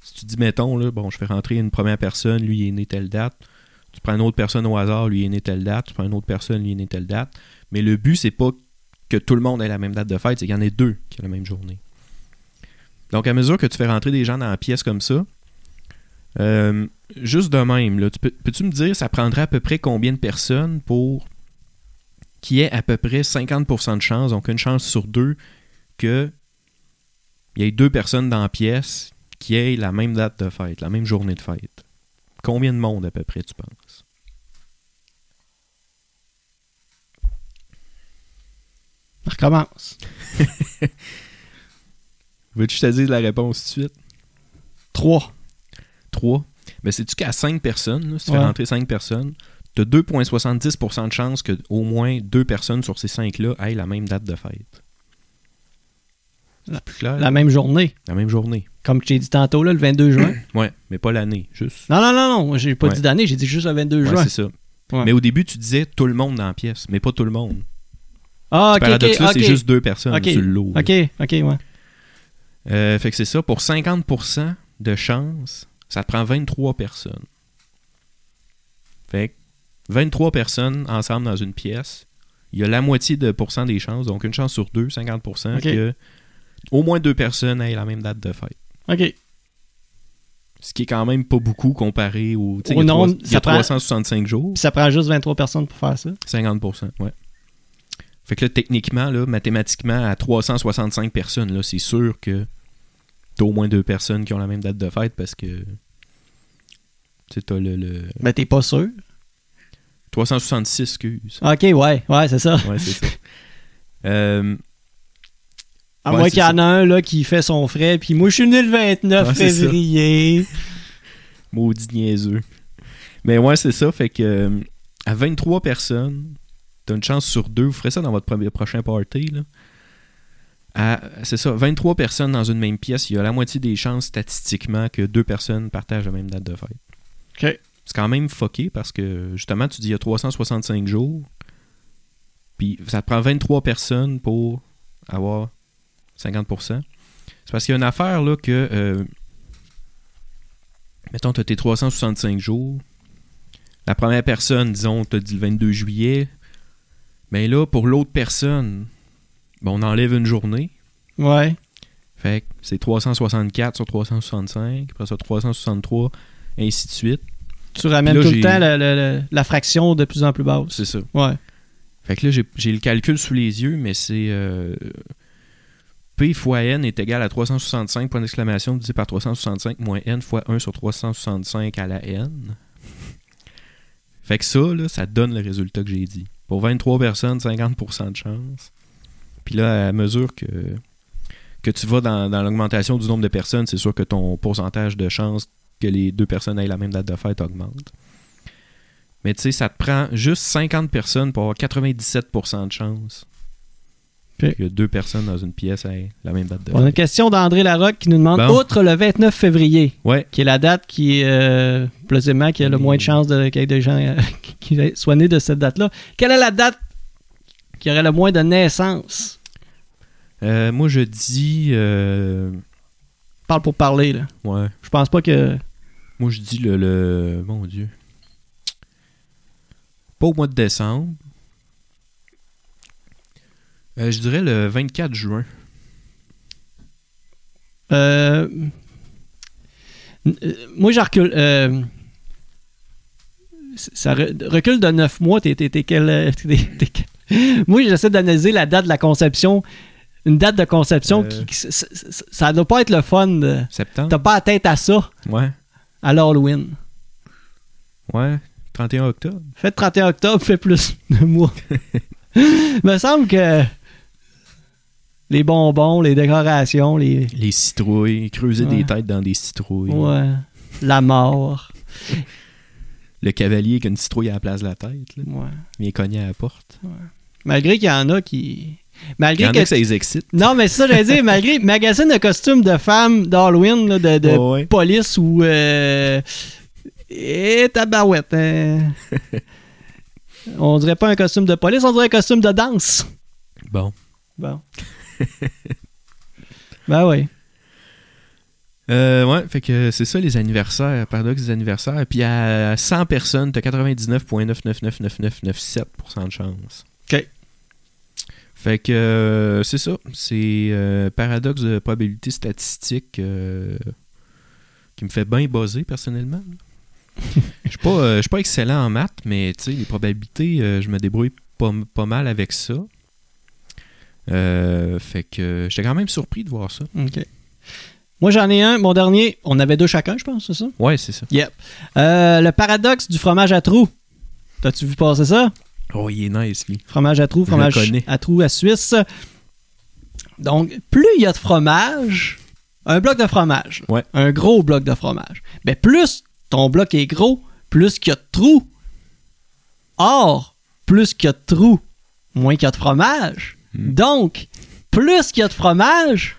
Speaker 2: Si tu dis, mettons, là, bon, je fais rentrer une première personne, lui, il est né telle date. Tu prends une autre personne au hasard, lui, il est né telle date. Tu prends une autre personne, lui, il est né telle date. Mais le but, c'est pas que tout le monde ait la même date de fête, c'est qu'il y en ait deux qui ont la même journée. Donc, à mesure que tu fais rentrer des gens dans la pièce comme ça, euh, juste de même, là, tu peux, peux-tu me dire, ça prendrait à peu près combien de personnes pour qu'il y ait à peu près 50% de chance, donc une chance sur deux, que il y ait deux personnes dans la pièce qui aient la même date de fête, la même journée de fête? Combien de monde à peu près, tu penses?
Speaker 1: On recommence.
Speaker 2: Veux-tu que je te dise la réponse tout de suite?
Speaker 1: 3.
Speaker 2: 3. Mais c'est-tu qu'à 5 personnes, là, si tu
Speaker 1: Ouais.
Speaker 2: fais rentrer 5 personnes, tu as 2,70% de chance que au moins deux personnes sur ces 5-là aient la même date de fête.
Speaker 1: La-
Speaker 2: C'est plus clair?
Speaker 1: La même journée.
Speaker 2: La même journée.
Speaker 1: Comme je t'ai dit tantôt, là, le 22
Speaker 2: [clears throat]
Speaker 1: juin.
Speaker 2: Ouais, mais pas l'année, juste.
Speaker 1: non, non, non, non. J'ai pas
Speaker 2: Ouais.
Speaker 1: dit d'année, j'ai dit juste le 22
Speaker 2: Ouais,
Speaker 1: juin.
Speaker 2: c'est ça.
Speaker 1: Ouais.
Speaker 2: Mais au début, tu disais tout le monde dans la pièce, mais pas tout le monde.
Speaker 1: Ah,
Speaker 2: Ce
Speaker 1: ok, ok,
Speaker 2: paradoxe-là,
Speaker 1: ok.
Speaker 2: c'est juste deux personnes
Speaker 1: Ok.
Speaker 2: sur le lot. là.
Speaker 1: Ok, ok, ouais.
Speaker 2: Euh, fait que c'est ça. Pour 50% de chance, ça te prend 23 personnes. Fait que 23 personnes ensemble dans une pièce, il y a la moitié de pourcent des chances, donc une chance sur deux, 50%,
Speaker 1: Ok.
Speaker 2: que au moins deux personnes aient la même date de fête.
Speaker 1: Ok.
Speaker 2: Ce qui est quand même pas beaucoup comparé au. tu sais,
Speaker 1: Au
Speaker 2: il y a, trois-
Speaker 1: nombre,
Speaker 2: il y a
Speaker 1: ça prend-
Speaker 2: 365 jours.
Speaker 1: Puis ça prend juste 23 personnes pour faire ça.
Speaker 2: 50%, ouais. Fait que là, techniquement, là, mathématiquement, à 365 personnes, là, c'est sûr que t'as au moins deux personnes qui ont la même date de fête parce que. Tu sais, t'as le, le-
Speaker 1: Mais t'es pas sûr.
Speaker 2: 366, excuse.
Speaker 1: Ok, ouais, ouais, c'est ça.
Speaker 2: Ouais, c'est ça. Euh,
Speaker 1: À
Speaker 2: Ouais,
Speaker 1: moins
Speaker 2: c'est
Speaker 1: qu'il y en
Speaker 2: ça.
Speaker 1: a un là, qui fait son frais, puis moi je suis né le 29
Speaker 2: Ouais, c'est ça.
Speaker 1: février.
Speaker 2: maudit niaiseux. Mais ouais, c'est ça. Fait que euh, à 23 personnes, t'as une chance sur deux. Vous ferez ça dans votre premier, prochain party. Là. À- c'est ça, 23 personnes dans une même pièce, il y a la moitié des chances statistiquement que deux personnes partagent la même date de fête.
Speaker 1: Ok.
Speaker 2: C'est quand même fucké parce que justement, tu dis il y a 365 jours, puis ça te prend 23 personnes pour avoir 50%. C'est parce qu'il y a une affaire là que euh, mettons, tu as tes 365 jours. La première personne, disons, tu dit le 22 juillet. Mais là, pour l'autre personne, ben, on enlève une journée.
Speaker 1: Ouais.
Speaker 2: Fait que c'est 364 sur 365, après ça 363, ainsi de suite.
Speaker 1: Tu ramènes
Speaker 2: Puis là,
Speaker 1: tout le
Speaker 2: j'ai-
Speaker 1: temps la, la- la- la fraction de plus en plus basse.
Speaker 2: C'est ça.
Speaker 1: Ouais.
Speaker 2: Fait que là, j'ai- j'ai le calcul sous les yeux, mais c'est. euh, P fois N est égal à 365, point d'exclamation, divisé par 365 moins N fois 1 sur 365 à la N. Fait que ça, là, ça donne le résultat que j'ai dit. Pour 23 personnes, 50% de chance. Puis là, à mesure que, que tu vas dans, dans l'augmentation du nombre de personnes, c'est sûr que ton pourcentage de chance que les deux personnes aient la même date de fête augmente. Mais tu sais, ça te prend juste 50 personnes pour avoir 97% de chance
Speaker 1: Ok.
Speaker 2: que deux personnes dans une pièce aient la même date de
Speaker 1: On a une
Speaker 2: fête.
Speaker 1: question d'André Larocque qui nous demande
Speaker 2: Bon.
Speaker 1: outre le 29 février,
Speaker 2: Ouais,
Speaker 1: qui est la date qui est euh, plausible qui a le
Speaker 2: Mm.
Speaker 1: moins de chances de, qu'il y ait des gens euh, [laughs] qui soient nés de cette date-là, quelle est la date qui aurait le moins de naissances
Speaker 2: Euh, moi je dis. euh,
Speaker 1: Parle pour parler, là.
Speaker 2: ouais.
Speaker 1: Je pense pas que.
Speaker 2: Moi je dis le, le- Mon Dieu. Pas au mois de décembre. Euh, je dirais le 24 juin.
Speaker 1: Euh, n- euh, moi, je recule. euh, c- ça re- recule de 9 mois. T'es, t'es- t'es quel, euh, [laughs] t'es- t'es quel- Moi, j'essaie d'analyser la date de la conception. Une date de conception
Speaker 2: Euh.
Speaker 1: qui. qui- c- c- c- ça doit pas être le fun. de- T'as
Speaker 2: Septembre.
Speaker 1: pas la tête à ça
Speaker 2: Ouais.
Speaker 1: à l'Halloween.
Speaker 2: Ouais. 31 octobre.
Speaker 1: Fais le 31 [laughs] octobre, fais plus de mois. Il me semble que. les bonbons, les décorations, les.
Speaker 2: Les citrouilles, creuser
Speaker 1: Ouais.
Speaker 2: des têtes dans des citrouilles.
Speaker 1: Ouais. La mort.
Speaker 2: Le cavalier qui a une citrouille à la place de la tête, là.
Speaker 1: Ouais.
Speaker 2: il est cogné à la porte.
Speaker 1: Malgré qu'il y en a qui.
Speaker 2: Il y
Speaker 1: Malgré
Speaker 2: en a
Speaker 1: que.
Speaker 2: que ça les excite.
Speaker 1: Non, mais c'est ça, j'allais dire,
Speaker 2: [laughs]
Speaker 1: malgré magazine de costumes de femmes d'Halloween, là, de, de
Speaker 2: Ouais, ouais.
Speaker 1: police ou. Euh... Et tabarouette.
Speaker 2: [laughs]
Speaker 1: hein. on dirait pas un costume de police, on dirait un costume de danse.
Speaker 2: Bon. [laughs]
Speaker 1: Bon. ben oui.
Speaker 2: Euh, ouais, fait que c'est ça les anniversaires, paradoxe des anniversaires. Puis à 100 personnes, t'as 99,999997% de chance.
Speaker 1: OK.
Speaker 2: Fait que euh, c'est ça, c'est euh, paradoxe de probabilité statistique euh, qui me fait bien buzzer personnellement. [laughs] Je suis pas, euh, je suis pas excellent en maths, mais tu sais, les probabilités, euh, je me débrouille pas, m- pas mal avec ça. Euh, fait que euh, j'étais quand même surpris de voir ça.
Speaker 1: OK. Moi, j'en ai un. Mon dernier, on avait deux chacun, je pense, c'est ça?
Speaker 2: Ouais, c'est ça.
Speaker 1: Yep. Euh, le paradoxe du fromage à trous. T'as-tu vu passer ça?
Speaker 2: Oh, il est nice, lui.
Speaker 1: Fromage à trous,
Speaker 2: Je
Speaker 1: fromage
Speaker 2: le connais.
Speaker 1: à trous à Suisse. Donc, plus il y a de fromage, un bloc de fromage,
Speaker 2: Ouais.
Speaker 1: un gros bloc de fromage, mais plus ton bloc est gros, plus qu'il y a de trous. Or, plus qu'il y a de trous, moins qu'il y a de fromage.
Speaker 2: Hmm.
Speaker 1: Donc, plus qu'il y a de fromage,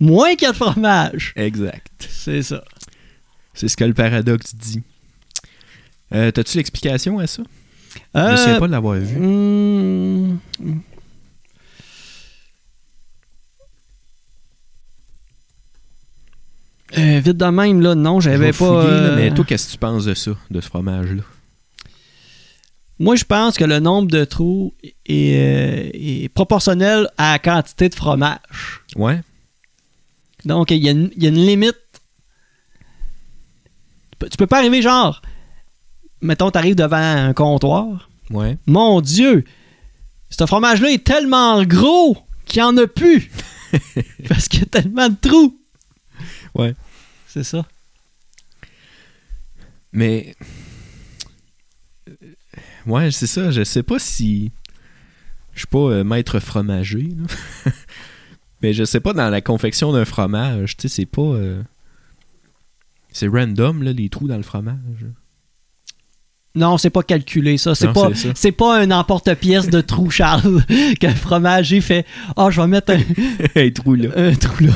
Speaker 1: moins qu'il y a de fromage.
Speaker 2: Exact.
Speaker 1: C'est ça.
Speaker 2: C'est ce que le paradoxe dit. Euh, T'as-tu l'explication à ça? Je
Speaker 1: Euh,
Speaker 2: ne sais pas de l'avoir vu.
Speaker 1: Hmm. Euh, vite de même, là, non,
Speaker 2: Je vais
Speaker 1: j'avais pas.
Speaker 2: fouiller, là,
Speaker 1: euh,
Speaker 2: Mais toi, qu'est-ce que tu penses de ça, de ce fromage-là?
Speaker 1: Moi, je pense que le nombre de trous est, euh, est proportionnel à la quantité de fromage.
Speaker 2: Ouais?
Speaker 1: Donc, il y, a une- il y a une limite. Tu peux- Tu peux pas arriver, genre, mettons, t'arrives devant un comptoir,
Speaker 2: Ouais.
Speaker 1: Mon Dieu, ce fromage-là est tellement gros qu'il n'y en a
Speaker 2: [laughs]
Speaker 1: plus. parce qu'il y a tellement de trous.
Speaker 2: Ouais.
Speaker 1: C'est ça.
Speaker 2: Mais. Euh, Ouais, c'est ça. Je sais pas si. Je suis pas euh, maître fromager, là. [laughs] Mais je sais pas, dans la confection d'un fromage, tu sais, c'est pas. euh, C'est random, là, les trous dans le fromage.
Speaker 1: Non, c'est pas calculé, ça. C'est
Speaker 2: Non,
Speaker 1: pas,
Speaker 2: c'est ça.
Speaker 1: c'est pas un emporte-pièce de trous, Charles, [laughs] qu'un fromager fait Ah, je vais mettre un,
Speaker 2: [laughs] Les trous, là.
Speaker 1: un trou là.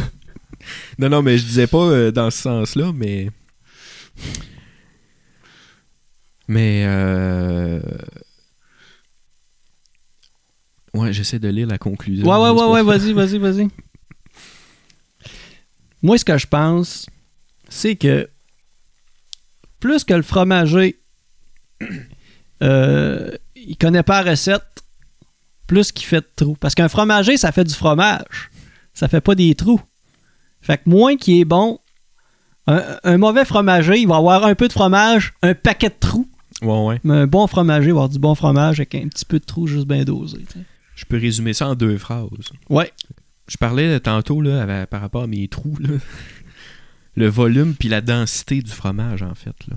Speaker 2: Non, non, mais je disais pas euh, dans ce sens-là, mais. Mais. euh, Ouais, j'essaie de lire la conclusion.
Speaker 1: Ouais, ouais,
Speaker 2: C'est
Speaker 1: ouais,
Speaker 2: pas-
Speaker 1: ouais, vas-y, vas-y, vas-y. Moi, ce que je pense, c'est que plus que le fromager, [clears throat] euh, il connaît pas la recette, plus qu'il fait de trous. Parce qu'un fromager, ça fait du fromage. Ça fait pas des trous. Fait que moins qu'il est bon, un, un mauvais fromager, il va avoir un peu de fromage, un paquet de trous.
Speaker 2: Ouais, ouais.
Speaker 1: Mais un bon fromager va avoir du bon fromage avec un petit peu de trous juste bien dosé. tu sais.
Speaker 2: Je peux résumer ça en deux phrases.
Speaker 1: Ouais.
Speaker 2: Je parlais tantôt là, avec- par rapport à mes trous, là. [laughs] le volume puis la densité du fromage, en fait. Là.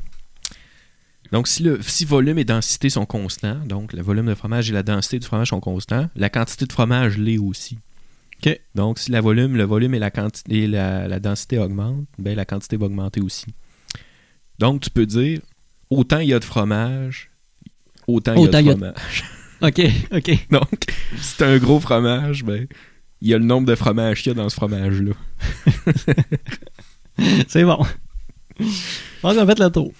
Speaker 2: Donc, si, le, si volume et densité sont constants, donc le volume de fromage et la densité du fromage sont constants, la quantité de fromage l'est aussi.
Speaker 1: OK.
Speaker 2: Donc, si la volume, le volume et la, quantité, et la, la densité augmentent, ben, la quantité va augmenter aussi. Donc, tu peux dire, autant il y a de fromage, autant il y a
Speaker 1: Autant
Speaker 2: de
Speaker 1: il y a de-
Speaker 2: fromage. [laughs]
Speaker 1: Ok, ok.
Speaker 2: Donc, si t'as un gros fromage, ben, il y a le nombre de fromages qu'il y a dans ce fromage-là.
Speaker 1: C'est bon. Je pense qu'on a fait le tour.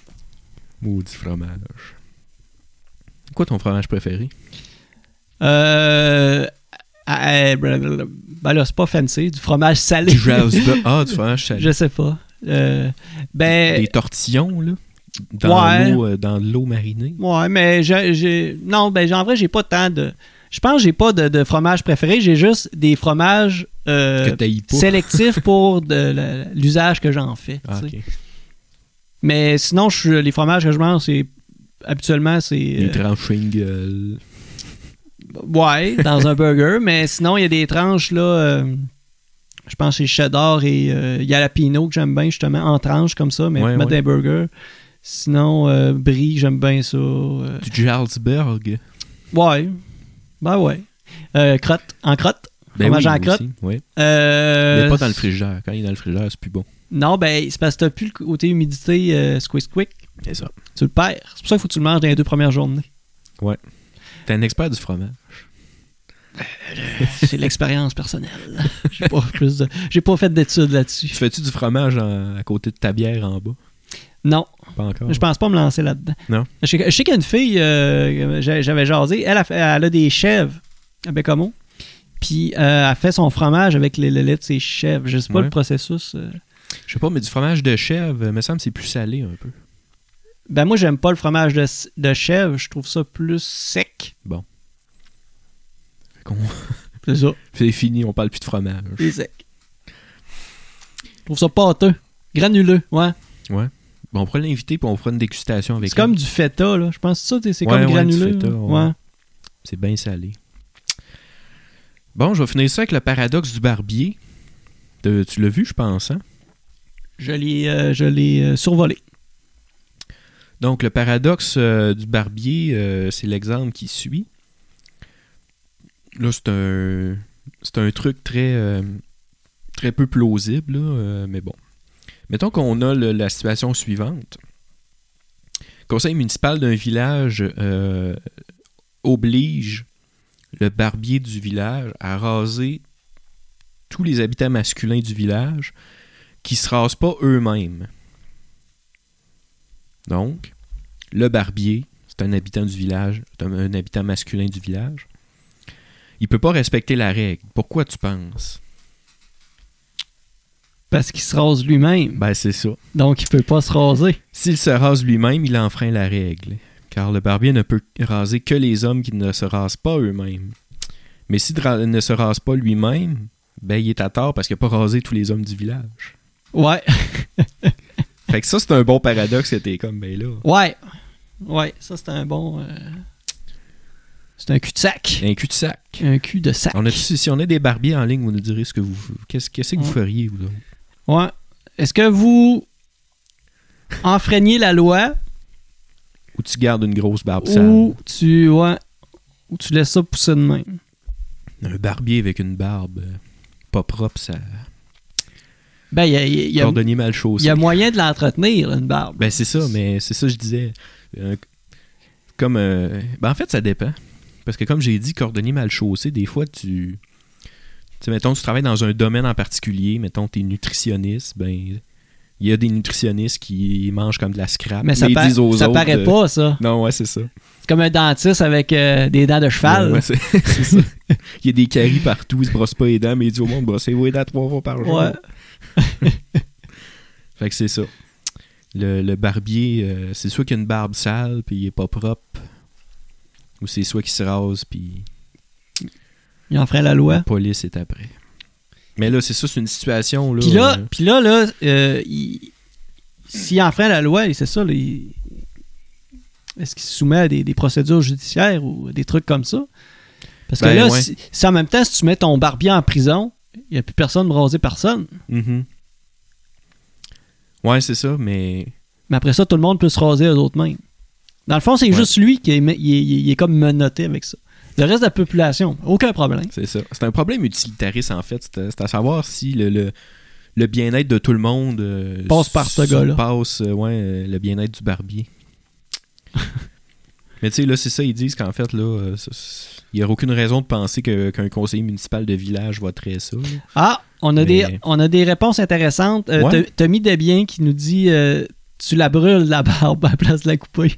Speaker 2: Maudit fromage. Quoi ton fromage préféré?
Speaker 1: Euh, euh, blablabla. ben là, c'est pas fancy. Du fromage salé. [laughs]
Speaker 2: Ah, du fromage salé.
Speaker 1: Je sais pas. Euh, ben,
Speaker 2: Des tortillons, là. Dans
Speaker 1: Ouais.
Speaker 2: l'eau, euh, dans l'eau marinée.
Speaker 1: ouais, mais j'ai- j'ai... Non, ben en vrai, j'ai pas tant de... Je pense que j'ai pas de, de fromage préféré. J'ai juste des fromages euh,
Speaker 2: que t'ailles pas.
Speaker 1: sélectifs
Speaker 2: [laughs]
Speaker 1: pour de la- l'usage que j'en fais.
Speaker 2: Ah,
Speaker 1: tu sais.
Speaker 2: ok.
Speaker 1: Mais sinon, je suis- les fromages que je mange, c'est... Habituellement, c'est...
Speaker 2: Des
Speaker 1: euh,
Speaker 2: tranches Pringle.
Speaker 1: Ouais, dans un burger, mais sinon, il y a des tranches, là. euh, je pense chez Cheddar et euh, Jalapino que j'aime bien, justement, en tranches comme ça, mais
Speaker 2: Ouais,
Speaker 1: mettre
Speaker 2: ouais.
Speaker 1: des burgers. Sinon, euh, Brie, j'aime bien ça. euh,
Speaker 2: Du Jarlsberg.
Speaker 1: ouais, ben ouais. Euh, crotte, en crotte.
Speaker 2: Ben
Speaker 1: fromage
Speaker 2: oui,
Speaker 1: à la crotte.
Speaker 2: aussi, ouais.
Speaker 1: Euh,
Speaker 2: Mais pas dans le frigidaire. Quand il est dans le frigidaire, c'est plus bon.
Speaker 1: Non, ben, c'est parce que t'as plus le côté humidité euh, squeeze quick.
Speaker 2: C'est ça.
Speaker 1: Tu le perds. C'est pour ça qu'il faut que tu le manges dans les deux premières journées.
Speaker 2: T'es un expert du fromage.
Speaker 1: Ah, C'est l'expérience personnelle. [laughs] J'ai pas, plus de- j'ai pas fait d'études
Speaker 2: Tu
Speaker 1: là-dessus.
Speaker 2: fais-tu du fromage en- à côté de ta bière en bas?
Speaker 1: Non,
Speaker 2: Pas encore.
Speaker 1: je pense pas me lancer là-dedans.
Speaker 2: Non.
Speaker 1: Je sais, que- je sais qu'il y a une fille, euh, j'a- j'avais jasé, elle a, fait- elle a des chèvres à Bécamo. Puis euh, elle fait son fromage avec le le lait de ses chèvres. Je sais pas
Speaker 2: Ouais.
Speaker 1: le processus. euh.
Speaker 2: Je sais pas, mais du fromage de chèvre, euh, me semble que c'est plus salé un peu.
Speaker 1: Ben moi, j'aime pas le fromage de, de chèvre. Je trouve ça plus sec.
Speaker 2: Fait qu'on-
Speaker 1: C'est ça.
Speaker 2: C'est fini, on parle plus de fromage.
Speaker 1: C'est sec. Je trouve ça pâteux. Granuleux, ouais.
Speaker 2: Bon, on pourrait l'inviter puis on fera une dégustation avec
Speaker 1: C'est comme
Speaker 2: elle.
Speaker 1: du feta, là. Je pense que ça, tu sais, c'est
Speaker 2: Ouais,
Speaker 1: comme
Speaker 2: ouais,
Speaker 1: granuleux.
Speaker 2: du feta,
Speaker 1: là.
Speaker 2: ouais.
Speaker 1: ouais.
Speaker 2: C'est bien salé. Bon, je vais finir ça avec le paradoxe du barbier. Te- tu l'as vu, je pense, hein?
Speaker 1: Je l'ai, euh, je l'ai euh, survolé.
Speaker 2: Donc, le paradoxe euh, du barbier, euh, c'est l'exemple qui suit. Là, c'est un, c'est un truc très, euh, très peu plausible, là, euh, mais bon. Mettons qu'on a le- la situation suivante. Conseil municipal d'un village euh, oblige le barbier du village à raser tous les habitants masculins du village qui se rasent pas eux-mêmes. Donc, le barbier, c'est un habitant du village, c'est un, un habitant masculin du village. Il peut pas respecter la règle. Pourquoi tu penses?
Speaker 1: Parce qu'il se rase lui-même.
Speaker 2: Ben, c'est ça.
Speaker 1: Donc, il peut pas se raser.
Speaker 2: S'il se rase lui-même, il enfreint la règle. Car le barbier ne peut raser que les hommes qui ne se rasent pas eux-mêmes. Mais s'il ra- ne se rase pas lui-même, ben, il est à tort parce qu'il n'a pas rasé tous les hommes du village.
Speaker 1: Ouais.
Speaker 2: Fait que ça, c'est un bon paradoxe que t'es comme, ben là.
Speaker 1: Ouais. Ouais. Ça, c'est un bon. euh, C'est un cul-de-sac.
Speaker 2: Un cul-de-sac.
Speaker 1: Un cul de sac.
Speaker 2: On a, si on a des barbiers en ligne, vous nous direz ce que vous. Qu'est-ce qu'est-ce que vous
Speaker 1: Ouais.
Speaker 2: feriez, vous autres?
Speaker 1: Ouais. Est-ce que vous enfreignez la loi
Speaker 2: Ou tu gardes une grosse barbe sale.
Speaker 1: ou tu, ouais, ou tu laisses ça pousser de même?
Speaker 2: Un barbier avec une barbe euh, pas propre, ça.
Speaker 1: Ben, il y a, il y a- il y a-
Speaker 2: Cordonnier mal
Speaker 1: il y
Speaker 2: chaussé.
Speaker 1: a moyen de l'entretenir, là, une barbe.
Speaker 2: Ben c'est ça, mais c'est ça que je disais. Un- Comme. euh, Ben en fait, ça dépend. Parce que comme j'ai dit, cordonnier mal chaussé, des fois, tu. Tu sais, mettons, tu travailles dans un domaine en particulier, mettons, t'es nutritionniste, ben. Il y a des nutritionnistes qui mangent comme de la scrap.
Speaker 1: Mais ça,
Speaker 2: mais ils
Speaker 1: pa-
Speaker 2: disent aux
Speaker 1: ça
Speaker 2: autres,
Speaker 1: paraît
Speaker 2: euh,
Speaker 1: pas, ça.
Speaker 2: Non, ouais, c'est ça.
Speaker 1: C'est comme un dentiste avec euh, des dents de cheval.
Speaker 2: Ouais, ouais, c'est [laughs] c'est ça. Il y a des caries partout, ils se brossent pas les dents, mais ils disent au monde, brossez-vous les dents trois fois par jour.
Speaker 1: Ouais.
Speaker 2: [laughs] Fait que c'est ça. Le, le barbier, euh, c'est soit qu'il a une barbe sale, puis il est pas propre, ou c'est soit qu'il se rase, puis
Speaker 1: Il en ferait la
Speaker 2: la
Speaker 1: loi.
Speaker 2: police est après. Mais là, c'est ça, c'est une situation. Là,
Speaker 1: Puis là,
Speaker 2: euh,
Speaker 1: puis là, là euh, il- s'il enfreint la loi, et c'est ça, là, il- est-ce qu'il se soumet à des, des procédures judiciaires ou des trucs comme ça? Parce que
Speaker 2: Ben,
Speaker 1: là,
Speaker 2: ouais.
Speaker 1: si, si en même temps, si tu mets ton barbier en prison, il n'y a plus personne pour raser personne.
Speaker 2: mhm. Ouais, c'est ça, mais.
Speaker 1: Mais après ça, tout le monde peut se raser aux autres mêmes. Dans le fond, c'est
Speaker 2: Ouais.
Speaker 1: juste lui qui est, me- il est- il est- il est comme menotté avec ça. Le reste de la population, aucun problème.
Speaker 2: C'est ça. C'est un problème utilitariste, en fait. C'est à, c'est à savoir si le, le- le bien-être de tout le monde euh,
Speaker 1: Passe par ce
Speaker 2: surpasse,
Speaker 1: gars-là.
Speaker 2: euh, ouais, euh, le bien-être
Speaker 1: [laughs]
Speaker 2: du barbier. Mais tu sais, là, c'est ça, ils disent qu'en fait, là, euh, ça- c'est- il n'y a aucune raison de penser que- qu'un conseiller municipal de village voterait ça. là.
Speaker 1: Ah, on a,
Speaker 2: Mais-
Speaker 1: des, on a des réponses intéressantes. Euh,
Speaker 2: Ouais.
Speaker 1: T- Tommy Desbiens qui nous dit euh, Tu la brûles la barbe à la place de la couper.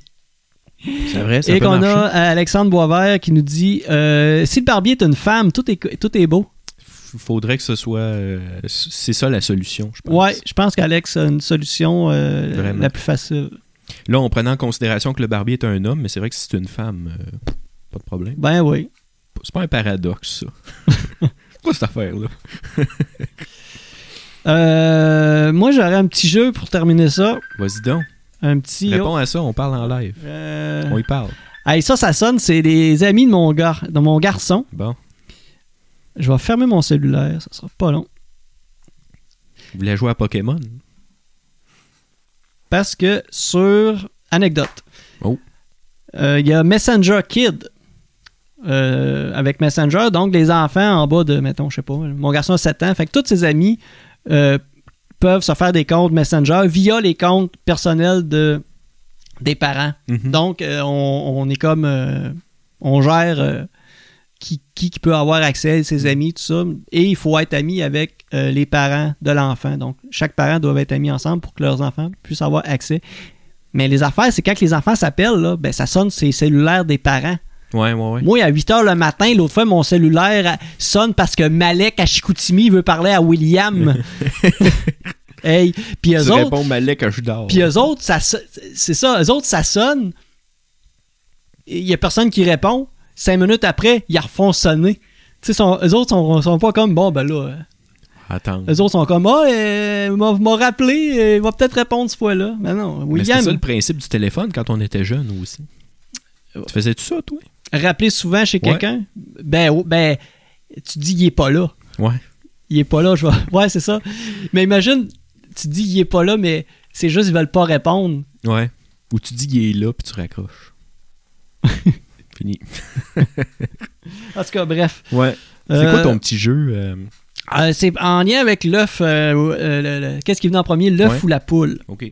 Speaker 2: C'est vrai,
Speaker 1: Et qu'on a euh, Alexandre Boisvert qui nous dit euh, Si le barbier est une femme, tout est, co- tout est beau.
Speaker 2: F- Faudrait que ce soit. euh, c'est ça la solution, je pense.
Speaker 1: Ouais, je pense qu'Alex a une solution euh,
Speaker 2: Vraiment.
Speaker 1: la plus facile.
Speaker 2: Là, on prenait en considération que le barbier est un homme, mais c'est vrai que si c'est une femme, euh, pas de problème.
Speaker 1: Ben oui.
Speaker 2: C'est pas un paradoxe, ça.
Speaker 1: [laughs]
Speaker 2: C'est quoi cette affaire-là?
Speaker 1: Euh, moi, j'aurais un petit jeu pour terminer ça.
Speaker 2: Vas-y donc.
Speaker 1: Un petit.
Speaker 2: Réponds à ça, on parle en live.
Speaker 1: oh. Euh,
Speaker 2: On y parle.
Speaker 1: hey, ça, ça sonne. C'est des amis de mon, gar... de mon garçon.
Speaker 2: Bon.
Speaker 1: Je vais fermer mon cellulaire. Ça sera pas long.
Speaker 2: Vous voulez jouer à Pokémon?
Speaker 1: Parce que sur anecdote,
Speaker 2: Oh.
Speaker 1: euh, il y a Messenger Kid, euh, avec Messenger. Donc, les enfants en bas de, mettons, je sais pas, mon garçon a 7 ans. Fait que tous ses amis euh, peuvent se faire des comptes Messenger via les comptes personnels de, des parents.
Speaker 2: Mhm.
Speaker 1: Donc, euh, on, on est comme. euh, on gère euh, qui, qui, qui peut avoir accès à
Speaker 2: Mm.
Speaker 1: ses amis, tout ça. Et il faut être ami avec euh, les parents de l'enfant. Donc, chaque parent doit être ami ensemble pour que leurs enfants puissent avoir accès. Mais les affaires, c'est quand que les enfants s'appellent, là, ben, ça sonne sur les cellulaires des parents.
Speaker 2: Ouais, ouais, ouais.
Speaker 1: Moi, à 8 h le matin, l'autre fois, mon cellulaire sonne parce que Malek à Chicoutimi veut parler à
Speaker 2: [laughs]
Speaker 1: William. hey, puis eux
Speaker 2: Tu
Speaker 1: autres.
Speaker 2: réponds Malek quand je dors.
Speaker 1: Puis eux autres, ça, so- c'est ça, eux autres, ça sonne. Il n'y a personne qui répond. Cinq minutes après, ils refont sonner. Tu sais, sont- eux autres sont, sont pas comme, bon, ben là, euh,
Speaker 2: Attends.
Speaker 1: eux autres sont comme, ah, euh, m'a m'a rappelé, euh, il va peut-être répondre cette fois-là. Mais non,
Speaker 2: Mais c'était
Speaker 1: William,
Speaker 2: ça le principe du téléphone quand on était jeune aussi.
Speaker 1: Ouais.
Speaker 2: Tu faisais-tu ça, toi?
Speaker 1: rappeler souvent chez
Speaker 2: Ouais.
Speaker 1: quelqu'un, ben, oh, ben, tu dis, il est pas là.
Speaker 2: Ouais.
Speaker 1: Il est pas là, je vais. [laughs] Ouais, c'est ça. Mais imagine, tu dis, il est pas là, mais c'est juste, ils veulent pas répondre.
Speaker 2: Ouais. Ou tu dis qu'il est là, puis
Speaker 1: [laughs]
Speaker 2: tu raccroches. Fini.
Speaker 1: En tout cas, bref.
Speaker 2: Ouais. C'est
Speaker 1: Euh,
Speaker 2: quoi ton petit jeu? euh,
Speaker 1: Euh, c'est en lien avec l'œuf. euh, euh, le- le- Qu'est-ce qui est venu en premier, l'œuf
Speaker 2: Ouais.
Speaker 1: ou la poule
Speaker 2: OK.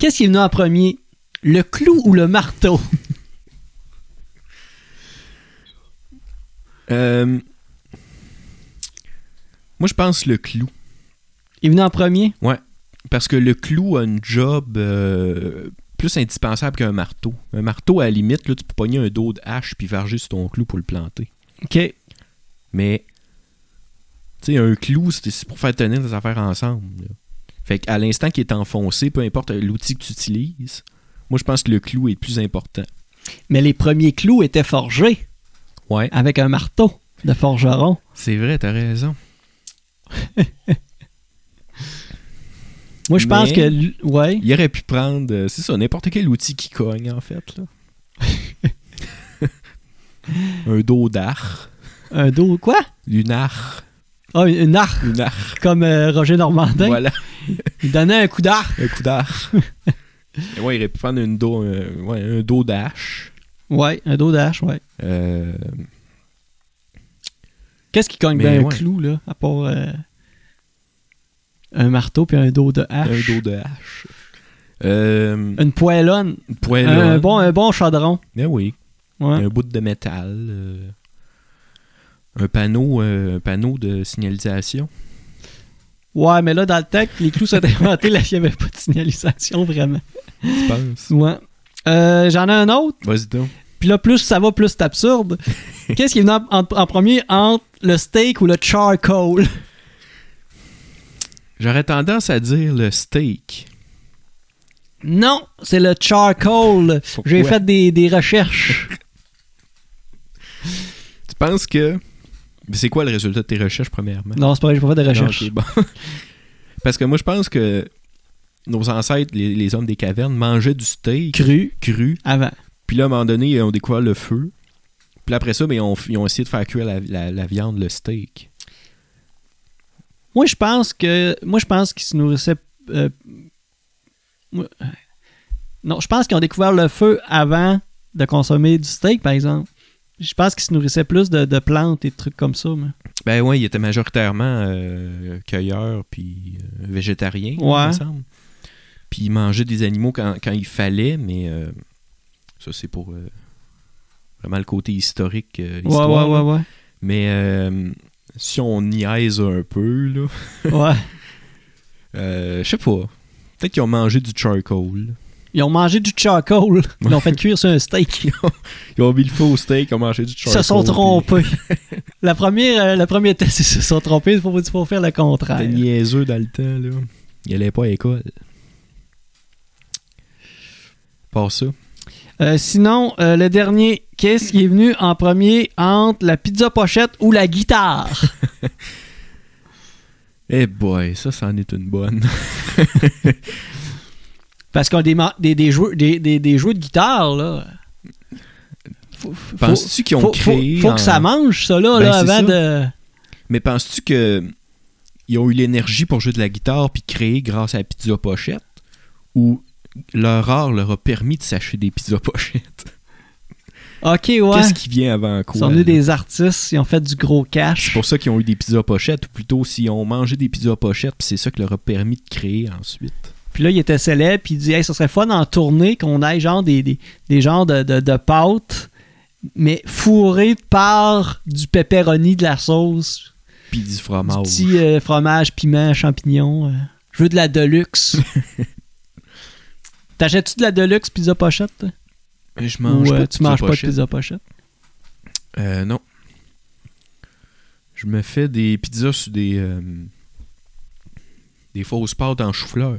Speaker 1: Qu'est-ce qui est venu en premier, le clou ou le marteau
Speaker 2: Euh, Moi, je pense le clou.
Speaker 1: Il est venu en premier
Speaker 2: Parce que le clou a une job euh, plus indispensable qu'un marteau. Un marteau, à la limite, là, tu peux pogner un dos de hache puis varger sur ton clou pour le planter.
Speaker 1: Ok.
Speaker 2: Mais, tu sais, un clou, c'est c'est pour faire tenir des affaires ensemble. là. Fait qu'à l'instant qu'il est enfoncé, peu importe l'outil que tu utilises, moi, je pense que le clou est le plus important.
Speaker 1: Mais les premiers clous étaient forgés
Speaker 2: Ouais.
Speaker 1: avec un marteau de forgeron.
Speaker 2: C'est vrai, t'as raison.
Speaker 1: Moi, je pense
Speaker 2: Mais-
Speaker 1: que. l- Ouais.
Speaker 2: Il aurait pu prendre, euh, c'est ça, n'importe quel outil qui cogne, en fait. [laughs] Là. un dos d'art.
Speaker 1: Un dos. Quoi
Speaker 2: Une art.
Speaker 1: Ah, une- une arc,
Speaker 2: Une art.
Speaker 1: comme euh, Roger Normandin.
Speaker 2: Voilà,
Speaker 1: Il donnait un coup d'arc.
Speaker 2: un coup d'art. [laughs] Et ouais, il aurait pu prendre une dos, euh, ouais, un dos d'arche.
Speaker 1: Ouais, un dos d'âche, ouais.
Speaker 2: Euh,
Speaker 1: Qu'est-ce qui cogne
Speaker 2: Mais
Speaker 1: bien un
Speaker 2: ouais.
Speaker 1: clou, là, à part. euh, Un marteau puis un dos de hache.
Speaker 2: un dos de hache. Euh,
Speaker 1: Une poêlonne.
Speaker 2: une poêle.
Speaker 1: Un, bon, un bon chaudron.
Speaker 2: Eh oui,
Speaker 1: Ouais.
Speaker 2: un bout de métal. euh, un panneau, euh, un panneau de signalisation.
Speaker 1: Ouais, mais là, dans le tech, les clous sont inventés, [laughs] là, il n'y avait pas de signalisation vraiment.
Speaker 2: [laughs] Tu penses?
Speaker 1: Ouais. Euh, J'en ai un autre,
Speaker 2: Vas-y donc.
Speaker 1: puis là, plus ça va, plus c'est absurde. [laughs] Qu'est-ce qui est venu en, en- en premier entre le steak ou le charcoal?
Speaker 2: J'aurais tendance à dire le steak.
Speaker 1: Non, c'est le charcoal.
Speaker 2: Pourquoi?
Speaker 1: J'ai fait des, des recherches.
Speaker 2: Tu penses que. Mais C'est quoi le résultat de tes recherches, premièrement?
Speaker 1: Non, c'est pas vrai, j'ai pas fait de
Speaker 2: Non,
Speaker 1: recherches.
Speaker 2: ok, bon. [laughs] Parce que moi, je pense que nos ancêtres, les, les hommes des cavernes, mangeaient du steak
Speaker 1: Cru
Speaker 2: cru.
Speaker 1: avant.
Speaker 2: Puis là, à un moment donné, ils ont découvert le feu. Puis après ça, ben, ils, ont, ils ont essayé de faire cuire la, la- la viande, le steak.
Speaker 1: Moi, je pense que. Moi, je pense qu'ils se nourrissaient. euh, moi- euh, non, je pense qu'ils ont découvert le feu avant de consommer du steak, par exemple. Je pense qu'ils se nourrissaient plus de, de plantes et de trucs comme ça. moi.
Speaker 2: Ben ouais, ils étaient majoritairement euh, cueilleurs puis euh, végétariens,
Speaker 1: Ouais.
Speaker 2: il me semble. Puis ils mangeaient des animaux quand, quand il fallait, mais euh, ça, c'est pour euh, vraiment le côté historique. euh,
Speaker 1: Ouais,
Speaker 2: histoire, là.
Speaker 1: ouais, ouais,
Speaker 2: Mais euh, si on niaise un peu, là,
Speaker 1: ouais. ouais.
Speaker 2: euh, je sais pas. Peut-être qu'ils ont mangé du charcoal.
Speaker 1: Ils ont mangé du charcoal. Ils l'ont fait cuire sur un steak.
Speaker 2: Ils ont mis le feu au steak, ils ont mangé du
Speaker 1: Ils
Speaker 2: charcoal.
Speaker 1: se sont trompés. la première, euh, la première test, ils se sont trompés. Il faut, faut faire le
Speaker 2: C'était
Speaker 1: contraire.
Speaker 2: niaiseux dans le temps, là. Ils allaient pas à l'école. Par ça.
Speaker 1: Euh, sinon, euh, le dernier, qu'est-ce qui est venu en premier entre la pizza pochette ou la guitare?
Speaker 2: Eh boy, ça, c'en est une bonne.
Speaker 1: Parce qu'on a des, ma- des, des, joueurs, des, des, des joueurs de guitare, là. Faut, faut-
Speaker 2: Penses-tu qu'ils ont
Speaker 1: faut-
Speaker 2: créé.
Speaker 1: faut- faut
Speaker 2: en-
Speaker 1: que ça mange, ça, là,
Speaker 2: Ben,
Speaker 1: là,
Speaker 2: c'est
Speaker 1: avant
Speaker 2: ça.
Speaker 1: de.
Speaker 2: Mais penses-tu que ils ont eu l'énergie pour jouer de la guitare puis créer grâce à la pizza pochette ou leur art leur a permis de s'acheter des pizza pochettes
Speaker 1: Ok, ouais.
Speaker 2: Qu'est-ce qui vient avant quoi?
Speaker 1: Ils sont venus
Speaker 2: là?
Speaker 1: des artistes, ils ont fait du gros
Speaker 2: C'est
Speaker 1: cash.
Speaker 2: pour ça qu'ils ont eu des pizzas pochettes, ou plutôt s'ils ont mangé des pizzas pochettes, puis c'est ça qui leur a permis de créer ensuite.
Speaker 1: Puis là, il était célèbre, puis il dit Hey, ça serait fun en tournée qu'on aille genre des, des, des genres de, de, de pâtes, mais fourrées par du pepperoni, de la sauce,
Speaker 2: Puis du
Speaker 1: du
Speaker 2: fromage.
Speaker 1: petit euh, fromage, piment, champignons. euh. Je veux de la
Speaker 2: [laughs]
Speaker 1: deluxe. T'achètes-tu de la deluxe pizza pochette toi?
Speaker 2: Mais Je mange
Speaker 1: Ou
Speaker 2: pas
Speaker 1: euh,
Speaker 2: de
Speaker 1: tu
Speaker 2: pizza
Speaker 1: manges pas de
Speaker 2: pochette.
Speaker 1: pizza pochette
Speaker 2: Euh, non. Je me fais des pizzas sur des. euh, des fausses pâtes en chou-fleur.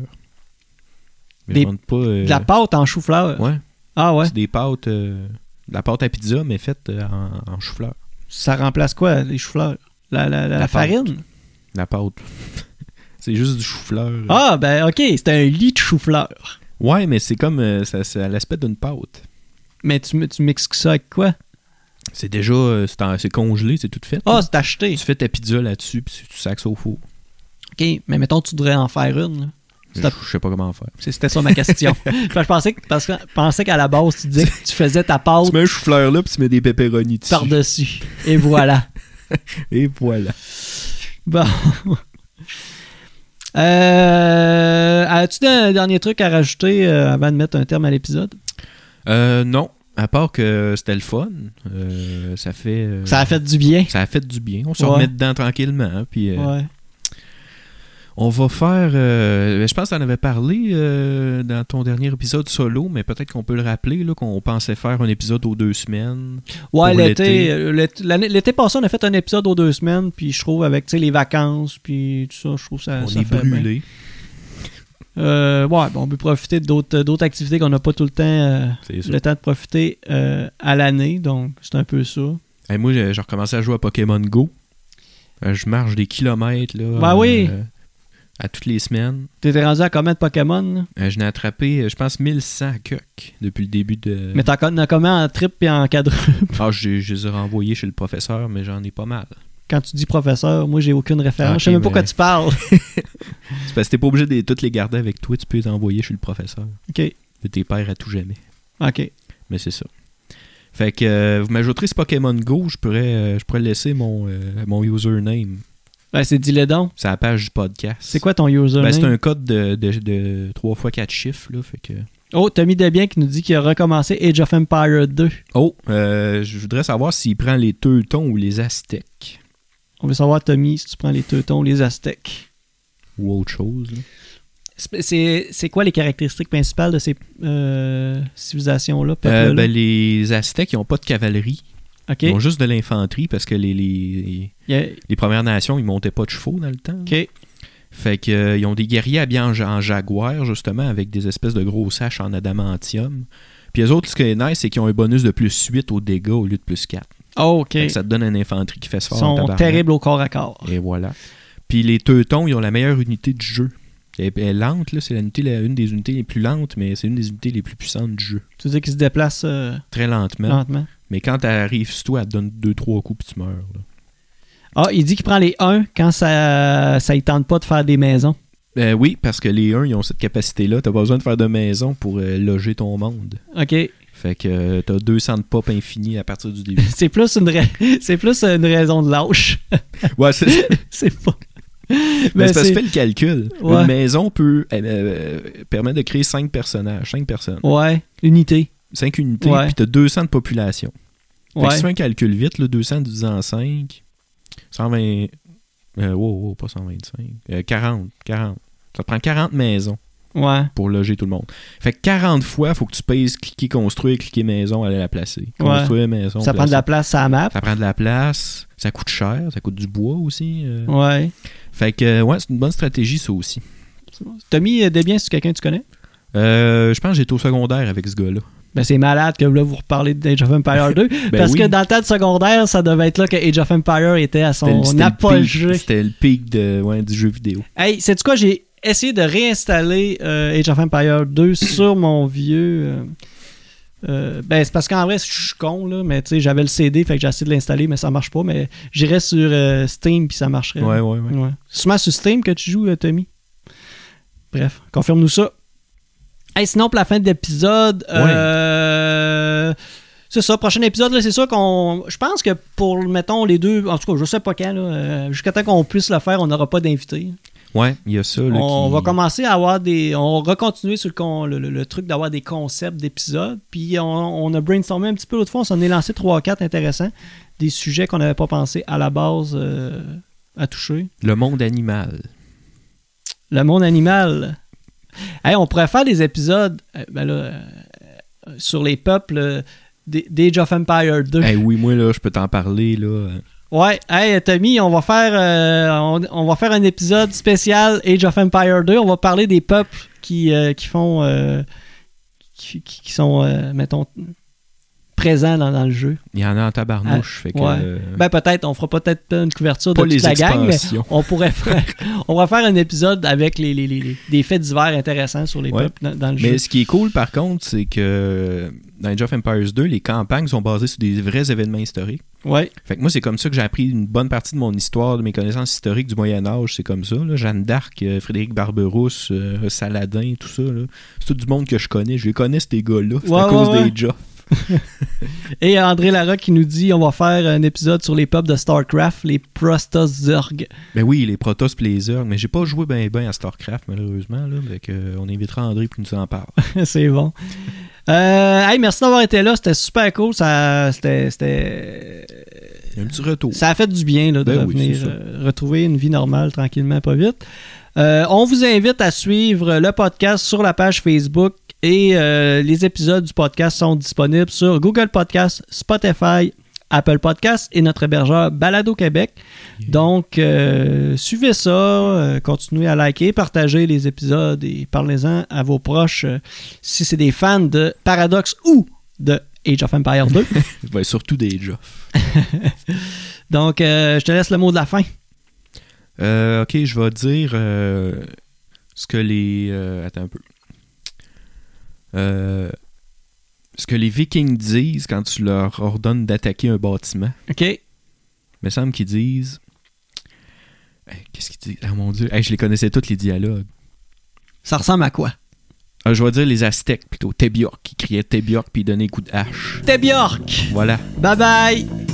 Speaker 2: Mais
Speaker 1: Des-
Speaker 2: je demande pas. euh,
Speaker 1: De la pâte en chou-fleur.
Speaker 2: Ouais,
Speaker 1: Ah ouais.
Speaker 2: c'est des pâtes. euh, de la pâte à pizza, mais faite euh, en, en chou-fleur.
Speaker 1: Ça remplace quoi, les chou-fleurs La, la, la
Speaker 2: La pâte.
Speaker 1: farine
Speaker 2: De La pâte. [laughs] c'est juste du chou-fleur.
Speaker 1: Ah, ben ok, c'est un lit de chou-fleur.
Speaker 2: Ouais, mais c'est comme. euh, ça, c'est à l'aspect d'une pâte.
Speaker 1: Mais tu, tu mixes ça avec quoi
Speaker 2: C'est déjà. euh, c'est en- c'est congelé, c'est tout fait.
Speaker 1: Ah, c'est acheté.
Speaker 2: Tu fais ta pizza là-dessus, puis tu sacs ça au four.
Speaker 1: OK, mais mettons, tu voudrais en faire une. là.
Speaker 2: Je,
Speaker 1: Stop.
Speaker 2: je sais pas comment faire.
Speaker 1: C'est- C'était ça ma
Speaker 2: [laughs]
Speaker 1: question. Fait que je pensais que, parce que, je pensais qu'à la base, tu disais que tu faisais ta pâte
Speaker 2: Tu mets un chou-fleur là, puis tu mets des pepperonis
Speaker 1: [laughs]
Speaker 2: dessus. [laughs]
Speaker 1: par-dessus. Et voilà.
Speaker 2: Et voilà.
Speaker 1: Bon. Euh, As-tu un dernier truc à rajouter euh, avant de mettre un terme à l'épisode?
Speaker 2: Euh, non, à part que c'était le fun. Euh, ça fait. euh,
Speaker 1: Ça a fait du bien.
Speaker 2: ça a fait du bien. On se
Speaker 1: Ouais.
Speaker 2: remet dedans tranquillement. hein, puis, euh,
Speaker 1: Ouais.
Speaker 2: On va faire. euh, je pense que tu en avais parlé euh, dans ton dernier épisode solo, mais peut-être qu'on peut le rappeler là, qu'on pensait faire un épisode aux deux semaines.
Speaker 1: Ouais,
Speaker 2: pour
Speaker 1: l'été.
Speaker 2: l'été.
Speaker 1: euh, l'été- l'année- L'été passé, on a fait un épisode aux deux semaines, puis je trouve avec tu sais, les vacances, puis tout ça, je trouve ça.
Speaker 2: on
Speaker 1: Ben, ça
Speaker 2: est
Speaker 1: fait bien.
Speaker 2: brûlé.
Speaker 1: Euh, ouais, bon, on peut profiter d'autres euh, d'autres activités qu'on n'a pas tout le temps. euh,
Speaker 2: C'est sûr.
Speaker 1: le temps de profiter euh, à l'année, donc c'est un peu ça.
Speaker 2: Hey, moi, j'ai j'ai recommencé à jouer à Pokémon Go. Euh, je marche des kilomètres. Là, euh,
Speaker 1: Ben oui.
Speaker 2: À toutes les semaines.
Speaker 1: T'étais rendu à combien de Pokémon? là?
Speaker 2: Euh, je n'ai attrapé, euh, je pense, 1100 coques depuis le début de.
Speaker 1: Mais t'en con- t'en as combien en trip et en cadre?
Speaker 2: Ah, je, je les ai renvoyés chez le professeur, mais j'en ai pas mal.
Speaker 1: [laughs] Quand tu dis professeur, moi j'ai aucune référence.
Speaker 2: Ah, ok,
Speaker 1: je sais même pas
Speaker 2: mais-
Speaker 1: pourquoi tu parles. [laughs]
Speaker 2: C'est parce que t'es pas obligé de les- toutes les garder avec toi, tu peux les envoyer chez le professeur.
Speaker 1: ok,
Speaker 2: De tes pères à tout jamais.
Speaker 1: ok.
Speaker 2: Mais c'est ça. Fait que euh, vous m'ajouterez ce Pokémon Go, je pourrais, euh, je pourrais laisser mon, euh, mon username.
Speaker 1: Ben, c'est dis-le donc.
Speaker 2: C'est la page du podcast.
Speaker 1: C'est quoi ton username?
Speaker 2: Ben, c'est un code de, de, 3 x 4 chiffres, là. Fait que.
Speaker 1: Oh, Tommy Debien qui nous dit qu'il a recommencé Age of Empire 2.
Speaker 2: Oh, euh, je voudrais savoir s'il prend les Teutons ou les Aztèques.
Speaker 1: On veut savoir, Tommy, si tu prends les Teutons ou les Aztèques.
Speaker 2: Ou autre chose. là.
Speaker 1: C'est- C'est c'est quoi les caractéristiques principales de ces euh, civilisations-là?
Speaker 2: Euh,
Speaker 1: peuples-là?
Speaker 2: ben, les Aztèques, ils n'ont pas de cavalerie.
Speaker 1: ok.
Speaker 2: Ils ont juste de l'infanterie parce que les, les,
Speaker 1: Il y a-
Speaker 2: les Premières Nations, ils montaient pas de chevaux dans le temps. là.
Speaker 1: ok.
Speaker 2: Fait que euh, ils ont des guerriers habillés en, ja- en jaguar, justement, avec des espèces de gros saches en adamantium. Puis les autres, ce qui est nice, c'est qu'ils ont un bonus de plus 8 aux dégâts au lieu de plus 4.
Speaker 1: Oh, ok.
Speaker 2: Fait que ça te donne une infanterie qui fait
Speaker 1: Ils
Speaker 2: fort. en
Speaker 1: sont
Speaker 2: tabarnak.
Speaker 1: terribles au corps à corps.
Speaker 2: Et voilà. Puis les Teutons, ils ont la meilleure unité du jeu. Elle elle est lente, là, c'est la unité- la- une des unités les plus lentes, mais c'est une des unités les plus puissantes du jeu.
Speaker 1: Tu veux dire qu'ils se déplacent euh,
Speaker 2: Très lentement.
Speaker 1: lentement.
Speaker 2: Mais quand t'arrives sur toi, elle te donne 2-3 coups puis tu meurs. là.
Speaker 1: Ah, il dit qu'il prend les 1 quand ça ça y tente pas de faire des maisons.
Speaker 2: Euh, oui, parce que les uns, ils ont cette capacité-là. T'as pas besoin de faire de maison pour euh, loger ton monde.
Speaker 1: OK.
Speaker 2: Fait que euh, t'as 200 de pop infini à partir du début.
Speaker 1: C'est plus une ra- [laughs] c'est plus une raison de lâche.
Speaker 2: [laughs]
Speaker 1: [laughs]
Speaker 2: ouais, c'est [laughs]
Speaker 1: c'est pas.
Speaker 2: mais
Speaker 1: Mais
Speaker 2: Ben, c'est parce que
Speaker 1: c'est-
Speaker 2: fais le calcul.
Speaker 1: Ouais.
Speaker 2: Une maison peut euh, euh, permettre de créer 5 personnages, 5 personnes,
Speaker 1: Ouais, l'unité.
Speaker 2: 5 unités,
Speaker 1: Ouais.
Speaker 2: puis t'as 200 de population. Fait que
Speaker 1: Ouais.
Speaker 2: si tu fais un calcul vite, là, 200 divisé en 5, 120. Euh, wow, wow, pas 125. Euh, 40, 40. Ça te prend 40 maisons
Speaker 1: Ouais.
Speaker 2: pour loger tout le monde. Fait que 40 fois, faut que tu pèses cliquer construire, cliquer maison, aller la placer.
Speaker 1: Ouais.
Speaker 2: Construire maison.
Speaker 1: Ça prend de la
Speaker 2: placer.
Speaker 1: place à la map.
Speaker 2: Ça prend de la place, ça coûte cher, ça coûte du bois aussi. euh.
Speaker 1: Ouais.
Speaker 2: Fait que, euh, ouais, c'est une bonne stratégie, ça aussi.
Speaker 1: C'est bon. Tommy euh, Desbiens, c'est quelqu'un que tu connais
Speaker 2: Euh, je pense que j'étais au secondaire avec ce gars-là.
Speaker 1: Ben c'est malade que là vous reparlez d'Age of Empire 2
Speaker 2: Ben
Speaker 1: parce
Speaker 2: oui,
Speaker 1: que dans le temps de secondaire, ça devait être là que Age of Empire était à
Speaker 2: c'était le-
Speaker 1: son
Speaker 2: c'était le
Speaker 1: apogée.
Speaker 2: pic- C'était le pic de, ouais, du jeu vidéo.
Speaker 1: Hey, sais-tu quoi? J'ai essayé de réinstaller euh, Age of Empire
Speaker 2: [clears throat]
Speaker 1: 2 sur mon vieux. euh, euh, ben, c'est parce qu'en vrai, je suis con, là, mais tu sais, j'avais le CD, fait que j'ai essayé de l'installer, mais ça marche pas. Mais j'irais sur euh, Steam, puis ça marcherait.
Speaker 2: Ouais, ouais, ouais.
Speaker 1: Ouais. C'est Souvent sur Steam que tu joues, euh, Tommy. Bref, confirme-nous ça. Hey, sinon, pour la fin de l'épisode,
Speaker 2: Ouais.
Speaker 1: euh, C'est ça, prochain épisode, là, c'est sûr qu'on. Je pense que pour, mettons, les deux. En tout cas, je sais pas quand, là, euh, jusqu'à temps qu'on puisse le faire, on n'aura pas d'invité.
Speaker 2: Ouais, il y a ça. là,
Speaker 1: On
Speaker 2: qui-
Speaker 1: va commencer à avoir des. On va continuer sur le, con- le, le- le truc d'avoir des concepts d'épisodes. Puis on, on a brainstormé un petit peu l'autre fois. On s'en est lancé 3-4 intéressants. Des sujets qu'on n'avait pas pensé à la base euh, à toucher.
Speaker 2: Le
Speaker 1: [laughs]
Speaker 2: monde animal.
Speaker 1: Le monde animal. Hey, on pourrait faire des épisodes euh, ben là, euh, euh, sur les peuples euh, des d'Age of Empire 2.
Speaker 2: Eh oui, moi, là, je peux t'en parler, là.
Speaker 1: Ouais, hey Tommy, on va faire euh, on, on va faire un épisode spécial Age of Empire 2. On va parler des peuples qui, euh, qui font euh, qui, qui- qui sont euh, mettons présents dans, dans le jeu.
Speaker 2: Il y en a en tabarnouche. fait que,
Speaker 1: ouais.
Speaker 2: euh,
Speaker 1: Ben peut-être, on fera peut-être pas une couverture
Speaker 2: pas
Speaker 1: de toute
Speaker 2: les
Speaker 1: la gang, mais
Speaker 2: expansions.
Speaker 1: on pourrait [laughs] faire on va faire un épisode avec les, les- les- les- des faits divers intéressants sur les
Speaker 2: Ouais.
Speaker 1: peuples dans, dans le jeu.
Speaker 2: Mais ce qui est cool, par contre, c'est que euh, dans Age of Empires 2, les campagnes sont basées sur des vrais événements historiques.
Speaker 1: Ouais,
Speaker 2: Fait que moi, c'est comme ça que j'ai appris une bonne partie de mon histoire, de mes connaissances historiques du Moyen-Âge. C'est comme ça. là. Jeanne d'Arc, euh, Frédéric Barberousse, euh, Saladin, tout ça. là. C'est tout du monde que je connais. Je les connais, ces gars-là. C'est à
Speaker 1: Ouais,
Speaker 2: cause
Speaker 1: ouais, ouais.
Speaker 2: des Joffs.
Speaker 1: et André Lara qui nous dit on va faire un épisode sur les peuples de StarCraft, les Prostozorg.
Speaker 2: Ben oui, les Protoss pis les Zerg, mais j'ai pas joué ben ben à StarCraft, malheureusement. Là, fait que, euh, on invitera André pour qu'il nous en parle.
Speaker 1: [laughs]
Speaker 2: [laughs]
Speaker 1: C'est bon. Euh, hey, merci d'avoir été là. C'était super cool. Ça, c'était, c'était-
Speaker 2: Un petit retour.
Speaker 1: ça a fait du bien là, de
Speaker 2: Ben oui,
Speaker 1: revenir
Speaker 2: c'est ça.
Speaker 1: euh, retrouver une vie normale tranquillement, pas vite. Euh, on vous invite à suivre le podcast sur la page Facebook et euh, les épisodes du podcast sont disponibles sur Google Podcast, Spotify, Apple Podcast et notre hébergeur Balado Québec. Donc, euh, suivez ça, euh, continuez à liker, partagez les épisodes et parlez-en à vos proches euh, si c'est des fans de Paradox ou de Age of Empire
Speaker 2: [laughs]
Speaker 1: 2.
Speaker 2: Ben, surtout des Joffs.
Speaker 1: Donc, euh, je te laisse le mot de la fin.
Speaker 2: Euh, ok, je vais dire euh, ce que les. euh, attends un peu. Euh, ce que les Vikings disent quand tu leur ordonnes d'attaquer un bâtiment.
Speaker 1: OK?
Speaker 2: Il me semble qu'ils disent. Hey, Qu'est-ce qu'ils disent Ah mon dieu. Hey, je les connaissais tous les dialogues.
Speaker 1: Ça ressemble à quoi?
Speaker 2: Ah, je vais dire les Aztèques plutôt. Tebiork. Ils criaient Tebiork puis ils donnaient coup de hache.
Speaker 1: C'était Bjork!
Speaker 2: Voilà.
Speaker 1: Bye bye!